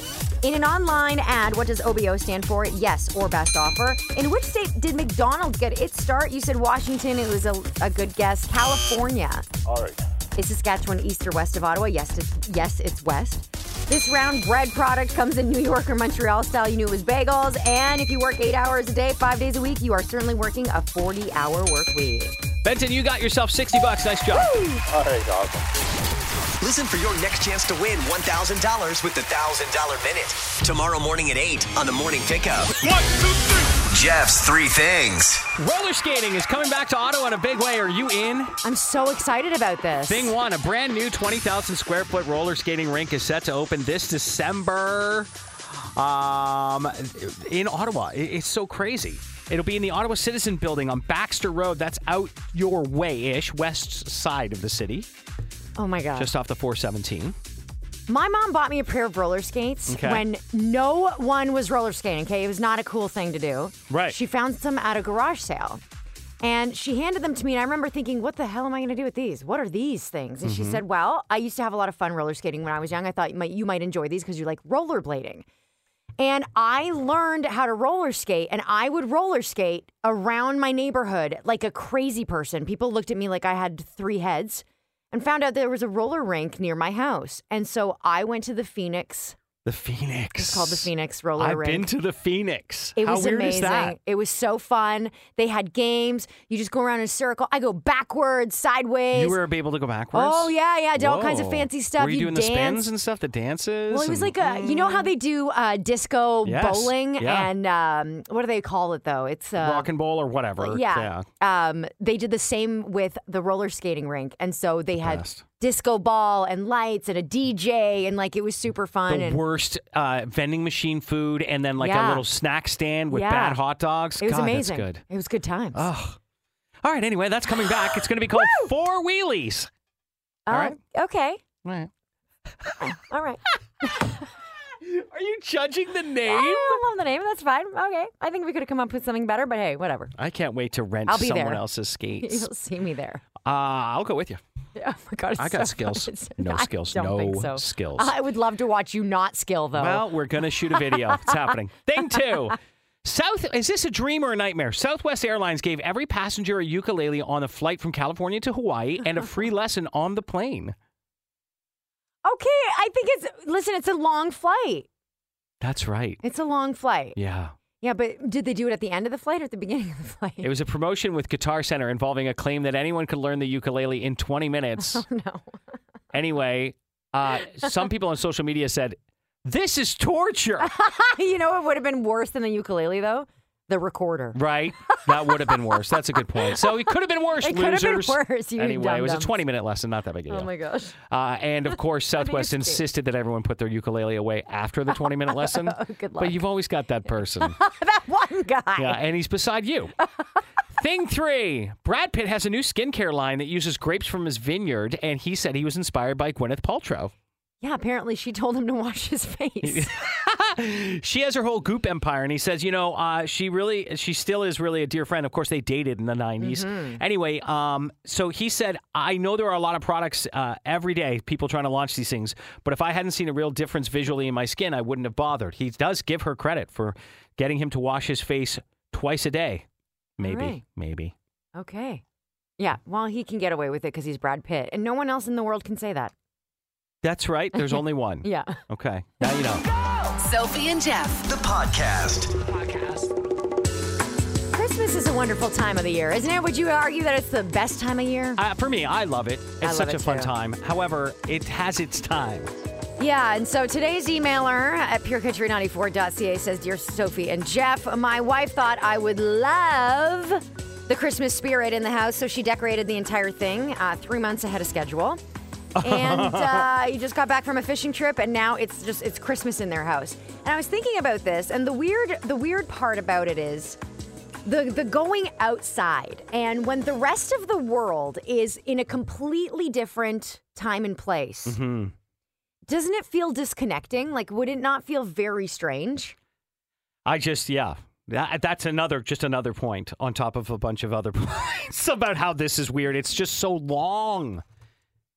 Speaker 5: In an online ad, what does OBO stand for? Yes or best offer. In which state did McDonald's get its start? You said Washington. It was a, a good guess. California.
Speaker 9: All right.
Speaker 5: Is Saskatchewan east or west of Ottawa? Yes, it's, yes, it's west. This round bread product comes in New York or Montreal style. You knew it was bagels. And if you work eight hours a day, five days a week, you are certainly working a 40 hour work week.
Speaker 6: Benton, you got yourself 60 bucks. Nice job.
Speaker 9: All right. Awesome.
Speaker 2: Listen for your next chance to win $1,000 with the $1,000 Minute. Tomorrow morning at 8 on the morning pickup.
Speaker 3: One, two, three.
Speaker 2: Jeff's Three Things.
Speaker 6: Roller skating is coming back to Ottawa in a big way. Are you in?
Speaker 5: I'm so excited about this.
Speaker 6: Thing one, a brand new 20,000 square foot roller skating rink is set to open this December um, in Ottawa. I- It's so crazy. It'll be in the Ottawa Citizen Building on Baxter Road. That's out your way ish, west side of the city,
Speaker 5: Oh my gosh.
Speaker 6: just off the 417.
Speaker 5: My mom bought me a pair of roller skates
Speaker 6: Okay.
Speaker 5: when no one was roller skating, okay? It was not a cool thing to do.
Speaker 6: Right.
Speaker 5: She found some at a garage sale. And she handed them to me, and I remember thinking, what the hell am I going to do with these? What are these things? And she said, Well, I used to have a lot of fun roller skating when I was young. I thought you might, you might enjoy these because you like rollerblading. And I learned how to roller skate, and I would roller skate around my neighborhood like a crazy person. People looked at me like I had three heads and found out there was a roller rink near my house. And so I went to the Phoenix,
Speaker 6: The Phoenix.
Speaker 5: it's called the Phoenix Roller
Speaker 6: I've
Speaker 5: Rink.
Speaker 6: been to the Phoenix.
Speaker 5: It
Speaker 6: How
Speaker 5: was
Speaker 6: weird
Speaker 5: amazing.
Speaker 6: is that?
Speaker 5: It was so fun. They had games. You just go around in a circle. I go backwards, sideways.
Speaker 6: You were able to go backwards.
Speaker 5: oh yeah, yeah. I did all kinds of
Speaker 6: Whoa.
Speaker 5: fancy stuff.
Speaker 6: Were you, doing
Speaker 5: dance.
Speaker 6: the spins and stuff, the dances?
Speaker 5: well, it was like
Speaker 6: and-
Speaker 5: a, you know how they do uh, disco
Speaker 6: Yes.
Speaker 5: bowling
Speaker 6: Yeah.
Speaker 5: and um, what do they call it though? It's uh,
Speaker 6: rock and bowl or whatever.
Speaker 5: yeah. Um, they did the same with the roller skating rink, and so they had
Speaker 6: best.
Speaker 5: disco ball and lights and a DJ, and like it was super fun.
Speaker 6: The
Speaker 5: and
Speaker 6: worst uh, vending machine food, and then like a
Speaker 5: Yeah.
Speaker 6: little snack stand with
Speaker 5: Yeah.
Speaker 6: bad hot dogs.
Speaker 5: it was
Speaker 6: God,
Speaker 5: amazing.
Speaker 6: That's good. Oh,
Speaker 5: It was good times.
Speaker 6: All right. Anyway, that's coming back. It's going to be called Four Wheelies.
Speaker 5: Uh,
Speaker 6: all right.
Speaker 5: Okay.
Speaker 6: All right.
Speaker 5: All right.
Speaker 6: Are you judging the name?
Speaker 5: Oh, I don't love the name. That's fine. Okay. I think we could have come up with something better, but hey, whatever.
Speaker 6: I can't wait to rent
Speaker 5: I'll be
Speaker 6: someone
Speaker 5: there.
Speaker 6: else's skates. uh,
Speaker 5: You'll see me there.
Speaker 6: I'll go with you.
Speaker 5: Oh my god! it's
Speaker 6: I got
Speaker 5: so
Speaker 6: skills.
Speaker 5: funny. It's-
Speaker 6: No
Speaker 5: I
Speaker 6: skills.
Speaker 5: don't
Speaker 6: No
Speaker 5: think so.
Speaker 6: skills.
Speaker 5: I would love to watch you not skill though.
Speaker 6: Well, we're going to shoot a video. it's happening. Thing two. South is this a dream or a nightmare? Southwest Airlines gave every passenger a ukulele on a flight from California to Hawaii and a free lesson on the plane.
Speaker 5: okay. I think it's listen. It's a long flight.
Speaker 6: That's right.
Speaker 5: It's a long flight.
Speaker 6: Yeah.
Speaker 5: Yeah, but did they do it at the end of the flight or at the beginning of the flight?
Speaker 6: It was a promotion with Guitar Center involving a claim that anyone could learn the ukulele in 20 minutes.
Speaker 5: Oh, no.
Speaker 6: anyway, uh, some people on social media said, This is torture,
Speaker 5: you know, it would have been worse than the ukulele though. The recorder.
Speaker 6: right? That would have been worse. That's a good point. So it could have been worse,
Speaker 5: It could have been
Speaker 6: losers.
Speaker 5: worse, you
Speaker 6: anyway, it was a
Speaker 5: dum-dums.
Speaker 6: 20 minute lesson, not that big a deal.
Speaker 5: Oh my gosh.
Speaker 6: Uh, and of course, Southwest
Speaker 5: it's cute.
Speaker 6: insisted that everyone put their ukulele away after the 20 minute lesson.
Speaker 5: Good luck.
Speaker 6: But you've always got that person.
Speaker 5: that one guy.
Speaker 6: yeah, and he's beside you. Thing three Brad Pitt has a new skincare line that uses grapes from his vineyard, and he said he was inspired by Gwyneth Paltrow.
Speaker 5: Yeah, apparently she told him to wash his face.
Speaker 6: She has her whole goop empire, and he says, you know, uh, she really, she still is really a dear friend. Of course, they dated in the 90s. Anyway, um, so he said, I know there are a lot of products uh, every day, people trying to launch these things, but if I hadn't seen a real difference visually in my skin, I wouldn't have bothered. He does give her credit for getting him to wash his face twice a day. Maybe,
Speaker 5: right.
Speaker 6: maybe.
Speaker 5: okay. Yeah, well, he can get away with it because he's Brad Pitt, and no one else in the world can say that.
Speaker 6: That's right. There's only one.
Speaker 5: Yeah.
Speaker 6: Okay. Now you know.
Speaker 1: Sophie and Jeff.
Speaker 2: The podcast.
Speaker 5: Christmas is a wonderful time of the year, isn't it? Would you argue that it's the best time of year?
Speaker 6: Uh, for me, I love it. It's
Speaker 5: I love
Speaker 6: such
Speaker 5: it
Speaker 6: a fun
Speaker 5: too.
Speaker 6: time. However, it has its time.
Speaker 5: Yeah, and so today's emailer at purecountry94.ca says Dear Sophie and Jeff, my wife thought I would love the Christmas spirit in the house, so she decorated the entire thing uh, three months ahead of schedule. and uh, you just got back from a fishing trip, and now it's just it's Christmas in their house. And I was thinking about this, and the weird the weird part about it is the the going outside and when the rest of the world is in a completely different time and place doesn't it feel disconnecting like would it not feel very strange
Speaker 6: I just yeah. That, that's another just another point on top of a bunch of other points about how this is weird. It's just so long.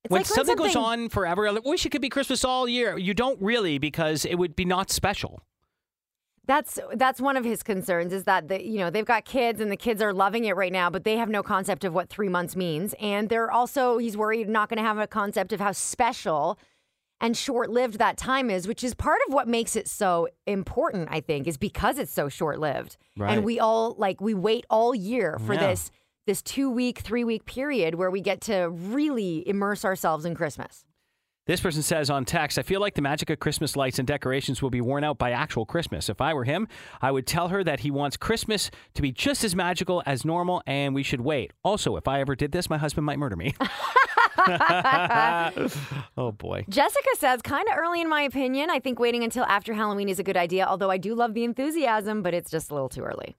Speaker 5: it's
Speaker 6: when,
Speaker 5: like
Speaker 6: something, goes on forever, I wish it could be Christmas all year. You don't really because it would be not special.
Speaker 5: that's that's one of his concerns is that the you know they've got kids and the kids are loving it right now but they have no concept of what three months means and they're also he's worried not going to have a concept of how special and short-lived that time is which is part of what makes it so important i think is because it's so short-lived
Speaker 6: Right.
Speaker 5: and we all like we wait all year for
Speaker 6: Yeah.
Speaker 5: this this two-week three-week period where we get to really immerse ourselves in christmas
Speaker 6: This person says on text, I feel like the magic of Christmas lights and decorations will be worn out by actual Christmas. If I were him, I would tell her that he wants Christmas to be just as magical as normal and we should wait. Also, if I ever did this, my husband might murder me. oh boy.
Speaker 5: Jessica says, kind of early in my opinion. I think waiting until after Halloween is a good idea, although I do love the enthusiasm, but it's just a little too early.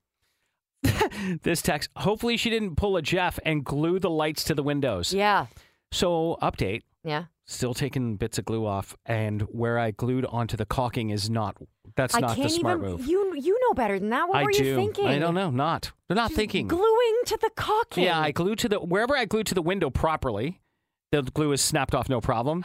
Speaker 6: This text. Hopefully, she didn't pull a Jeff and glue the lights to the windows.
Speaker 5: Yeah.
Speaker 6: So, update.
Speaker 5: Yeah.
Speaker 6: Still taking bits of glue off, and where I glued onto the caulking is not. That's
Speaker 5: I
Speaker 6: not
Speaker 5: can't
Speaker 6: the smart
Speaker 5: even.
Speaker 6: move.
Speaker 5: You you know better than that. What
Speaker 6: I
Speaker 5: were
Speaker 6: do.
Speaker 5: you thinking?
Speaker 6: I don't know. Not. They're not thinking.
Speaker 5: Gluing to the caulking.
Speaker 6: Yeah, I glued to the wherever I glued to the window properly. The glue is snapped off, no problem.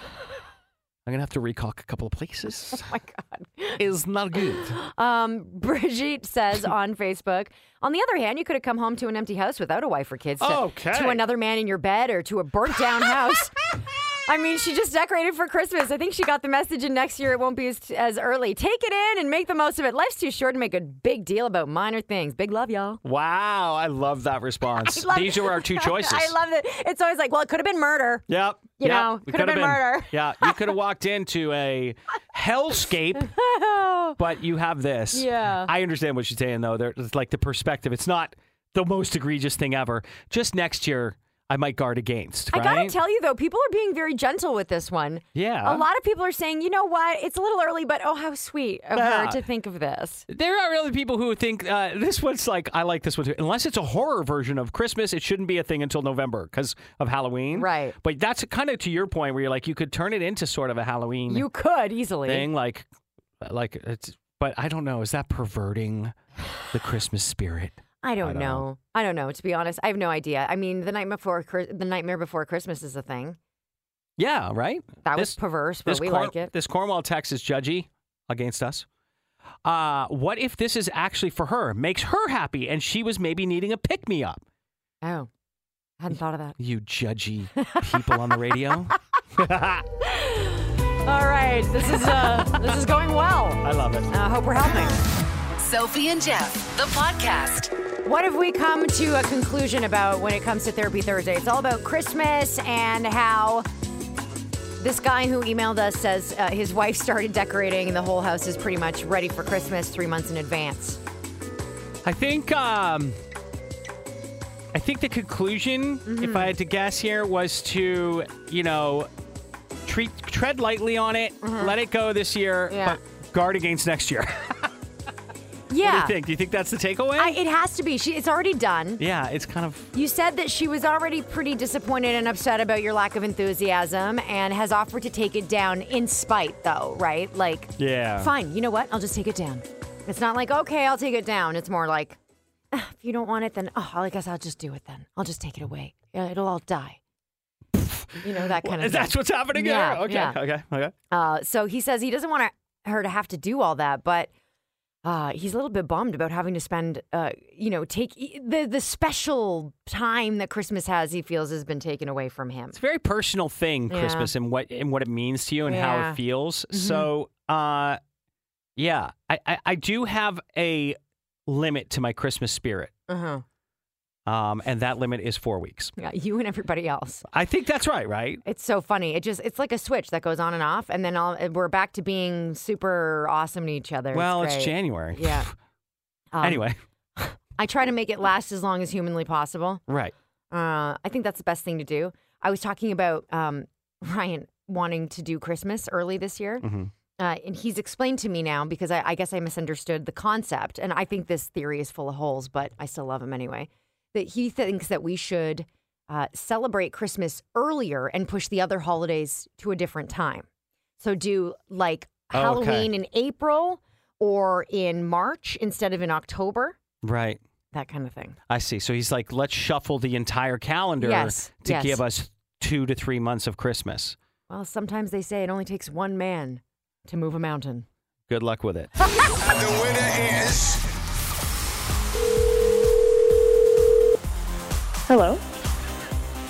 Speaker 6: I'm gonna have to recock a couple of places.
Speaker 5: Oh my God.
Speaker 6: Is not good.
Speaker 5: Um, Brigitte says on Facebook. On the other hand, you could have come home to an empty house without a wife or kids. To,
Speaker 6: Okay.
Speaker 5: to another man in your bed or to a burnt down house. I mean, she just decorated for Christmas. I think she got the message, and next year it won't be as, as early. Take it in and make the most of it. Life's too short to make a big deal about minor things. Big love, y'all.
Speaker 6: Wow, I love that response.
Speaker 5: Love-
Speaker 6: These are our two choices.
Speaker 5: I love it. It's always like, well, it could have been murder.
Speaker 6: Yep.
Speaker 5: You
Speaker 6: yep,
Speaker 5: know,
Speaker 6: it
Speaker 5: could have
Speaker 6: coulda
Speaker 5: been murder.
Speaker 6: Yeah, you could have walked into a hellscape, but you have this.
Speaker 5: Yeah.
Speaker 6: I understand what you're saying, though. There- It's like the perspective. It's not the most egregious thing ever. Just next year, I might guard against.
Speaker 5: I
Speaker 6: Right?
Speaker 5: gotta tell you though, people are being very gentle with this one. A
Speaker 6: Yeah.
Speaker 5: lot of people are saying, you know what, it's a little early, but oh, how sweet of
Speaker 6: Yeah.
Speaker 5: her to think of this.
Speaker 6: There are other people who think uh, this one's like, I like this one too. Unless it's a horror version of Christmas, it shouldn't be a thing until November because of Halloween.
Speaker 5: Right.
Speaker 6: But that's kind of to your point where you're like, you could turn it into sort of a Halloween
Speaker 5: You could easily.
Speaker 6: thing. Like, like it's, but I don't know. Is that perverting the Christmas spirit?
Speaker 5: I don't know. I don't know. To be honest, I have no idea. I mean, the night before, Chri- the nightmare before Christmas is a thing.
Speaker 6: Yeah, right?
Speaker 5: That was perverse, but
Speaker 6: this
Speaker 5: we like it.
Speaker 6: This Cornwall text is judgy against us. Uh, what if this is actually for her, makes her happy, and she was maybe needing a pick me up?
Speaker 5: Oh, I hadn't thought of that.
Speaker 6: You judgy people on the radio.
Speaker 5: All right, this is uh, this is going well.
Speaker 6: I love it.
Speaker 5: I hope we're helping.
Speaker 1: Sophie and Jeff, the podcast.
Speaker 5: What have we come to a conclusion about when it comes to Therapy Thursday? It's all about Christmas and how this guy who emailed us says uh, his wife started decorating and the whole house is pretty much ready for Christmas three months in advance.
Speaker 6: I think um, I think the conclusion, if
Speaker 5: Mm-hmm.
Speaker 6: I had to guess here, was to you know treat tread lightly on it, let it go this year,
Speaker 5: Mm-hmm. Yeah.
Speaker 6: but guard against next year.
Speaker 5: Yeah.
Speaker 6: I think. Do you think that's the takeaway?
Speaker 5: I, it has to be. She, it's already done.
Speaker 6: yeah, it's kind of
Speaker 5: You said that she was already pretty disappointed and upset about your lack of enthusiasm and has offered to take it down in spite, though, right? Like,
Speaker 6: yeah.
Speaker 5: fine, you know what? I'll just take it down. It's not like, okay, I'll take it down. It's more like, "Ah, if you don't want it, then, oh, I guess I'll just do it then. I'll just take it away. Yeah, It'll all die. You know, that kind of thing.
Speaker 6: That's what's happening
Speaker 5: Yeah,
Speaker 6: here. Okay,
Speaker 5: yeah.
Speaker 6: okay, okay.
Speaker 5: Uh, so he says he doesn't want to, her to have to do all that, but uh, he's a little bit bummed about having to spend, uh, you know, take e, the the special time that Christmas has. He feels has been taken away from him.
Speaker 6: It's a very personal thing,
Speaker 5: Yeah.
Speaker 6: Christmas, and what and what it means to you and how
Speaker 5: Yeah. Mm-hmm.
Speaker 6: it feels. So, uh, yeah, I, I I do have a limit to my Christmas spirit,
Speaker 5: Uh huh.
Speaker 6: um, and that limit is four weeks.
Speaker 5: Yeah, you and everybody else.
Speaker 6: I think that's right, right?
Speaker 5: It's so funny. It just it's like a switch that goes on and off, and then all we're back to being super awesome to each other.
Speaker 6: well, it's
Speaker 5: great.
Speaker 6: January.
Speaker 5: Yeah. Um,
Speaker 6: anyway,
Speaker 5: I try to make it last as long as humanly possible.
Speaker 6: right.
Speaker 5: Uh, I think that's the best thing to do. I was talking about um, Ryan wanting to do Christmas early this year. Uh, and he's explained to me now because I, I guess I misunderstood the concept. And I think this theory is full of holes, but I still love him anyway. That he thinks that we should uh, celebrate Christmas earlier and push the other holidays to a different time. So do like
Speaker 6: Okay.
Speaker 5: Halloween in April or in March instead of in October,
Speaker 6: Right.
Speaker 5: that kind of thing.
Speaker 6: I see. So he's like, let's shuffle the entire calendar
Speaker 5: Yes,
Speaker 6: to
Speaker 5: yes.
Speaker 6: give us two to three months of Christmas.
Speaker 5: Well, sometimes they say it only takes one man to move a mountain.
Speaker 6: Good luck with it.
Speaker 4: The winner is.
Speaker 7: Hello.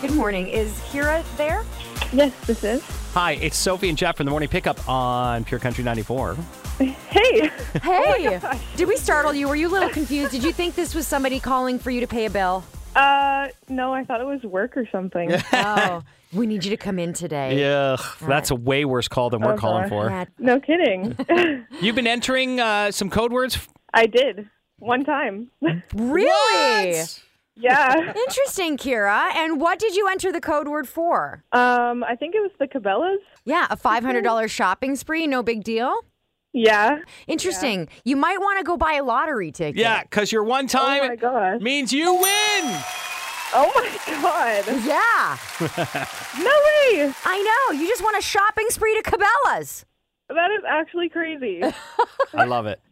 Speaker 5: Good morning. Is Kira there?
Speaker 7: Yes, this is.
Speaker 6: Hi, it's Sophie and Jeff from the Morning Pickup on Pure Country 94.
Speaker 7: Hey.
Speaker 5: Hey. Did we startle you? Were you a little confused? Did you think this was somebody calling for you to pay a bill?
Speaker 7: Uh, no, I thought it was work or something.
Speaker 5: Oh, we need you to come in today.
Speaker 6: Yeah, that's a way worse call than we're
Speaker 7: Oh,
Speaker 6: calling for.
Speaker 5: Yeah.
Speaker 7: No kidding.
Speaker 6: You've been entering uh, some code words.
Speaker 7: I did one time.
Speaker 5: Really?
Speaker 7: yeah.
Speaker 5: Interesting, Kira. And what did you enter the code word for?
Speaker 7: Um, I think it was the Cabela's.
Speaker 5: Yeah, a $500 shopping spree, no big deal.
Speaker 7: Yeah.
Speaker 5: Interesting. You might want to go buy a lottery ticket.
Speaker 6: Yeah, because your one time
Speaker 7: Oh my gosh.
Speaker 6: means you win.
Speaker 7: Oh my god.
Speaker 5: Yeah.
Speaker 7: No way.
Speaker 5: I know. You just want a shopping spree to Cabela's.
Speaker 7: That is actually crazy.
Speaker 6: I love it.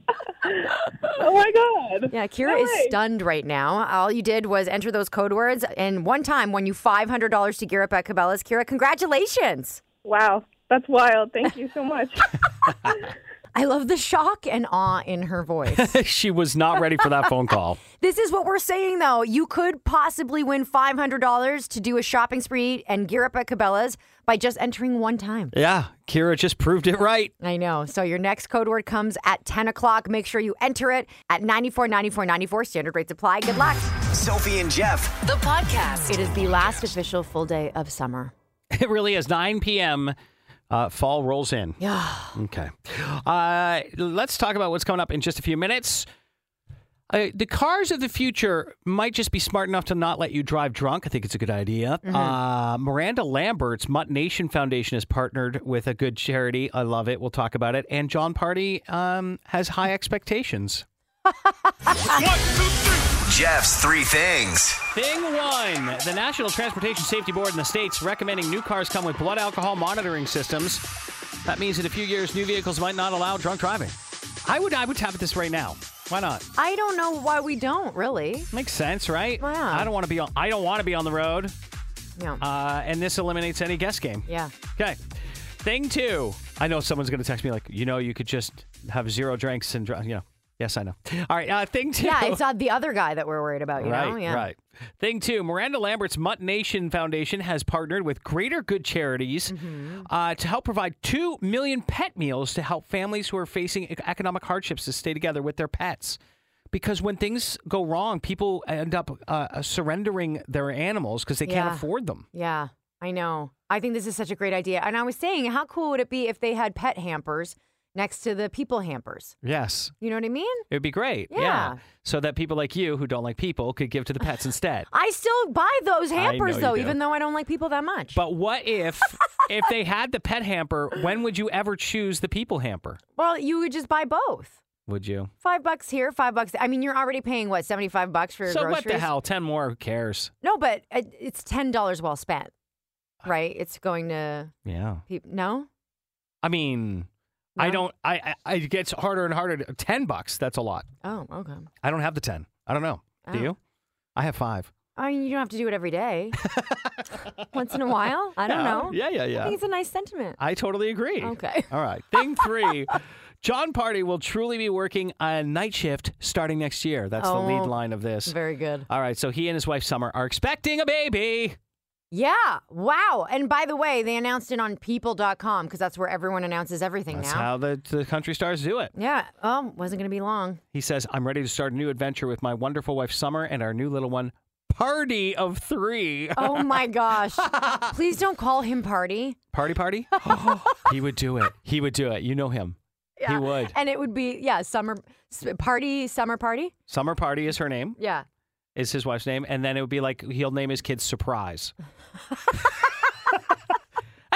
Speaker 7: Oh my god.
Speaker 5: Yeah, Kira is
Speaker 7: way.
Speaker 5: stunned right now. All you did was enter those code words, and one time won you five hundred dollars to gear up at Cabela's. Kira, congratulations!
Speaker 7: Wow. That's wild. Thank you so much.
Speaker 5: I love the shock and awe in her voice.
Speaker 6: she was not ready for that phone call.
Speaker 5: this is what we're saying, though. You could possibly win $500 to do a shopping spree and gear up at Cabela's by just entering one time.
Speaker 6: Yeah, Kira just proved it right.
Speaker 5: I know. So your next code word comes at 10 o'clock. Make sure you enter it at 94 94 94. Standard rates apply. Good luck.
Speaker 2: Sophie and Jeff.
Speaker 1: The podcast.
Speaker 5: It is the last official full day of summer.
Speaker 6: It really is 9 p.m. Uh, fall rolls in.
Speaker 5: Yeah.
Speaker 6: Okay. Uh, let's talk about what's coming up in just a few minutes. Uh, the cars of the future might just be smart enough to not let you drive drunk. I think it's a good idea. Uh, Miranda Lambert's Mutt Nation Foundation has partnered with a good charity. I love it. We'll talk about it. And John Party um, has high expectations.
Speaker 2: Jeff's three things.
Speaker 6: Thing one The National Transportation Safety Board in the States recommending new cars come with blood alcohol monitoring systems. That means in a few years, new vehicles might not allow drunk driving. I would, I would tap at this right now. Why not?
Speaker 5: I don't know why we don't, really.
Speaker 6: Makes sense, right?
Speaker 5: Wow.
Speaker 6: I don't want to be on. I don't want to be on the road.
Speaker 5: Yeah.
Speaker 6: Uh, and this eliminates any guess game.
Speaker 5: yeah.
Speaker 6: Okay. Thing two. I know someone's going to text me like, you know, you could just have zero drinks and drive. You know. Yes, I know. All right. Uh, thing two.
Speaker 5: Yeah, it's uh, the other guy that we're worried about, you
Speaker 6: Right,
Speaker 5: know? Yeah.
Speaker 6: right. Thing two, Miranda Lambert's Mutt Nation Foundation has partnered with Greater Good Charities
Speaker 5: Mm-hmm.
Speaker 6: uh, to help provide two million pet meals to help families who are facing e- economic hardships to stay together with their pets. Because when things go wrong, people end up uh, surrendering their animals because they can't
Speaker 5: Yeah.
Speaker 6: afford them.
Speaker 5: Yeah, I know. I think this is such a great idea. And I was saying, how cool would it be if they had pet hampers next to the people hampers?
Speaker 6: Yes,
Speaker 5: You know what I mean?
Speaker 6: it would be great.
Speaker 5: Yeah.
Speaker 6: so that people like you who don't like people could give to the pets instead.
Speaker 5: I still buy those hampers,
Speaker 6: you
Speaker 5: though,
Speaker 6: do.
Speaker 5: even though I don't like people that much.
Speaker 6: But what if if they had the pet hamper? When would you ever choose the people hamper?
Speaker 5: well, you would just buy both.
Speaker 6: Would you?
Speaker 5: Five bucks here, five bucks. I mean, you're already paying what, seventy-five bucks for your
Speaker 6: So
Speaker 5: groceries?
Speaker 6: what the hell? Ten more? Who cares?
Speaker 5: No, but it- it's ten dollars well spent,
Speaker 6: Uh.
Speaker 5: right? It's going to
Speaker 6: Yeah.
Speaker 5: people. No,
Speaker 6: I mean, I
Speaker 5: No?
Speaker 6: don't. I, I I- it gets harder and harder. to- Ten bucks. That's a lot.
Speaker 5: Oh, okay.
Speaker 6: I don't have the ten. I don't know. Do
Speaker 5: Oh.
Speaker 6: you? I have five.
Speaker 5: I mean, you don't have to do it every day. Once in a while, I don't know.
Speaker 6: Yeah, yeah,
Speaker 5: I
Speaker 6: yeah.
Speaker 5: think it's a nice sentiment.
Speaker 6: I totally agree.
Speaker 5: Okay.
Speaker 6: All right. Thing three. John Party will truly be working a night shift starting next year. That's the lead
Speaker 5: Oh,
Speaker 6: line of this.
Speaker 5: Very good.
Speaker 6: All right. So he and his wife Summer are expecting a baby.
Speaker 5: Yeah. Wow. And by the way, they announced it on people.com because that's where everyone announces everything
Speaker 6: That's
Speaker 5: now.
Speaker 6: how the, the country stars do it.
Speaker 5: yeah. Oh, wasn't going to be long.
Speaker 6: He says, I'm ready to start a new adventure with my wonderful wife, Summer, and our new little one, Party of Three.
Speaker 5: Oh my gosh. Please don't call him party.
Speaker 6: Party Party? he would do it. He would do it. You know him. He would.
Speaker 5: And it would be, yeah, summer s- party, summer party.
Speaker 6: Summer Party is her name,
Speaker 5: Yeah.
Speaker 6: is his wife's name. And then it would be like, he'll name his kids Surprise. and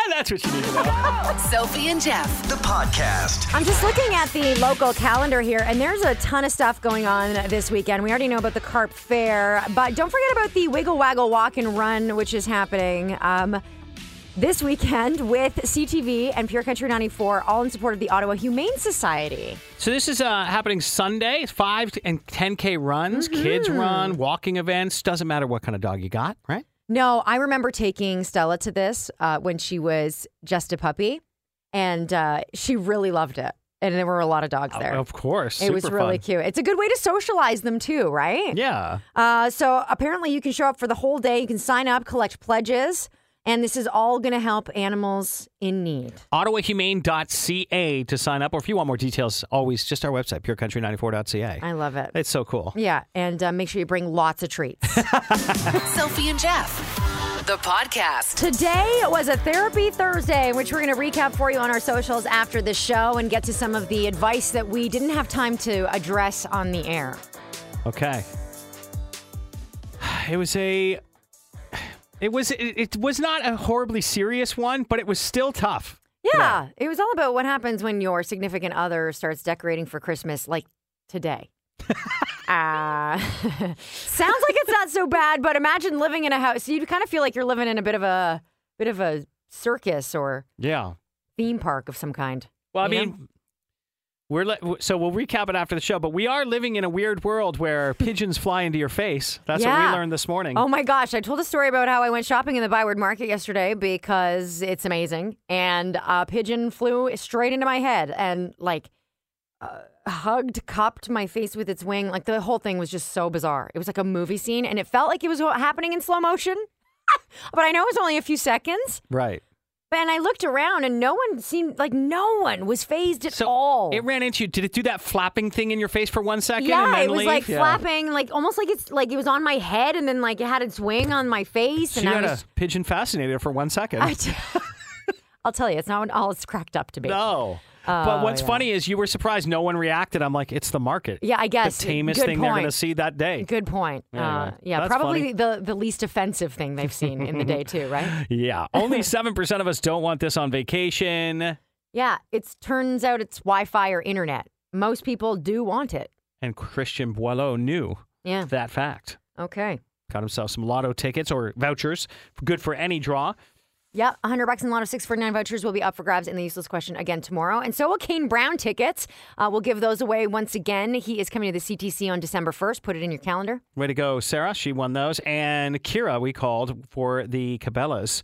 Speaker 6: that's what you need to know.
Speaker 1: Sophie and Jeff.
Speaker 2: The podcast.
Speaker 5: I'm just looking at the local calendar here, and there's a ton of stuff going on this weekend. We already know about the Carp Fair, but don't forget about the Wiggle Waggle Walk and Run, which is happening. Um, this weekend with CTV and Pure Country 94, all in support of the Ottawa Humane Society.
Speaker 6: So this is uh, happening Sunday, 5 and 10K runs,
Speaker 5: Mm-hmm.
Speaker 6: kids run, walking events. Doesn't matter what kind of dog you got, right?
Speaker 5: No, I remember taking Stella to this uh, when she was just a puppy, and uh, she really loved it. And there were a lot of dogs there.
Speaker 6: Of course.
Speaker 5: it was
Speaker 6: Super
Speaker 5: really
Speaker 6: fun.
Speaker 5: cute. It's a good way to socialize them too, right?
Speaker 6: Yeah.
Speaker 5: Uh, so apparently, you can show up for the whole day. You can sign up, collect pledges, and this is all going to help animals in need.
Speaker 6: ottawahumane.ca to sign up. Or if you want more details, always just our website, purecountry94.ca.
Speaker 5: I love it.
Speaker 6: It's so cool.
Speaker 5: Yeah, and uh, make sure you bring lots of treats.
Speaker 1: Sophie and Jeff. The podcast.
Speaker 5: Today was a therapy Thursday, which we're going to recap for you on our socials after the show and get to some of the advice that we didn't have time to address on the air.
Speaker 6: Okay. It was a. It was it, it was not a horribly serious one, but it was still tough.
Speaker 5: Yeah, it was all about what happens when your significant other starts decorating for Christmas, like today. uh, sounds like it's not so bad, but imagine living in a house. You'd kind of feel like you're living in a bit of a bit of a circus or
Speaker 6: Yeah.
Speaker 5: theme park of some kind.
Speaker 6: Well, I
Speaker 5: Yeah.
Speaker 6: mean, We're li- so we'll recap it after the show, but we are living in a weird world where pigeons fly into your face. That's what
Speaker 5: Yeah.
Speaker 6: we learned this morning.
Speaker 5: Oh my gosh, I told a story about how I went shopping in the Byward Market yesterday because it's amazing. And a pigeon flew straight into my head and like uh, hugged, cupped my face with its wing. Like the whole thing was just so bizarre. It was like a movie scene and it felt like it was happening in slow motion. but I know it was only a few seconds.
Speaker 6: right.
Speaker 5: But and I looked around and no one seemed like no one was phased at
Speaker 6: So
Speaker 5: all.
Speaker 6: it ran into you. Did it do that flapping thing in your face for one second?
Speaker 5: yeah,
Speaker 6: and then
Speaker 5: it was
Speaker 6: leave?
Speaker 5: like
Speaker 6: Yeah.
Speaker 5: flapping, like almost like it's like it was on my head, and then like it had its wing on my face,
Speaker 6: She
Speaker 5: and I
Speaker 6: had
Speaker 5: was
Speaker 6: a pigeon fascinator for one second.
Speaker 5: I t- I'll tell you, it's not all it's cracked up to be.
Speaker 6: no. but what's
Speaker 5: Oh, yeah.
Speaker 6: funny is you were surprised no one reacted. I'm like, it's the market.
Speaker 5: Yeah, I guess.
Speaker 6: The tamest
Speaker 5: Good
Speaker 6: thing they're
Speaker 5: point.
Speaker 6: going to see that day.
Speaker 5: Good point. Uh,
Speaker 6: Anyway,
Speaker 5: yeah,
Speaker 6: that's funny.
Speaker 5: probably the, the least offensive thing they've seen in the day, too, right?
Speaker 6: Yeah. Only 7% of us don't want this on vacation.
Speaker 5: Yeah, it turns out it's Wi Fi or internet. Most people do want it.
Speaker 6: And Christian Boileau knew
Speaker 5: Yeah.
Speaker 6: that fact.
Speaker 5: Okay.
Speaker 6: Got himself some lotto tickets or vouchers, good for any draw.
Speaker 5: Yep, 100 bucks and a lot of 649 vouchers will be up for grabs in the useless question again tomorrow. And so will Kane Brown tickets. Uh, we'll give those away once again. He is coming to the CTC on December 1st. Put it in your calendar.
Speaker 6: Way to go, Sarah. She won those. And Kira, we called for the Cabela's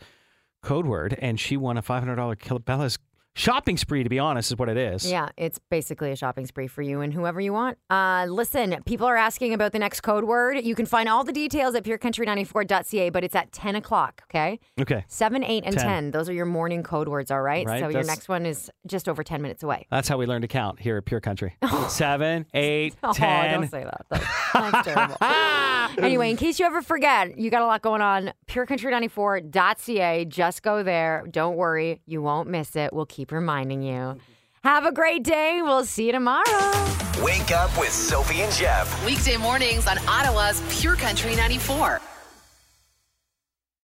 Speaker 6: code word, and she won a $500 Cabela's shopping spree, to be honest, is what it is.
Speaker 5: Yeah, it's basically a shopping spree for you and whoever you want. Uh, listen, people are asking about the next code word. You can find all the details at purecountry94.ca, but it's at 10 o'clock, okay?
Speaker 6: Okay.
Speaker 5: 7, 8, and 10.
Speaker 6: 10.
Speaker 5: Those are your morning code words, all right?
Speaker 6: Right,
Speaker 5: so your
Speaker 6: that's-
Speaker 5: next one is just over 10 minutes away.
Speaker 6: That's how we learn to count here at Pure Country. Seven, eight,
Speaker 5: Oh, don't
Speaker 6: ten.
Speaker 5: say that. That's, that's terrible. anyway, in case you ever forget, you got a lot going on. Purecountry94.ca. Just go there. Don't worry. You won't miss it. We'll keep reminding you. Have a great day. We'll see you tomorrow.
Speaker 2: Wake up with Sophie and Jeff.
Speaker 1: Weekday mornings on Ottawa's Pure Country 94.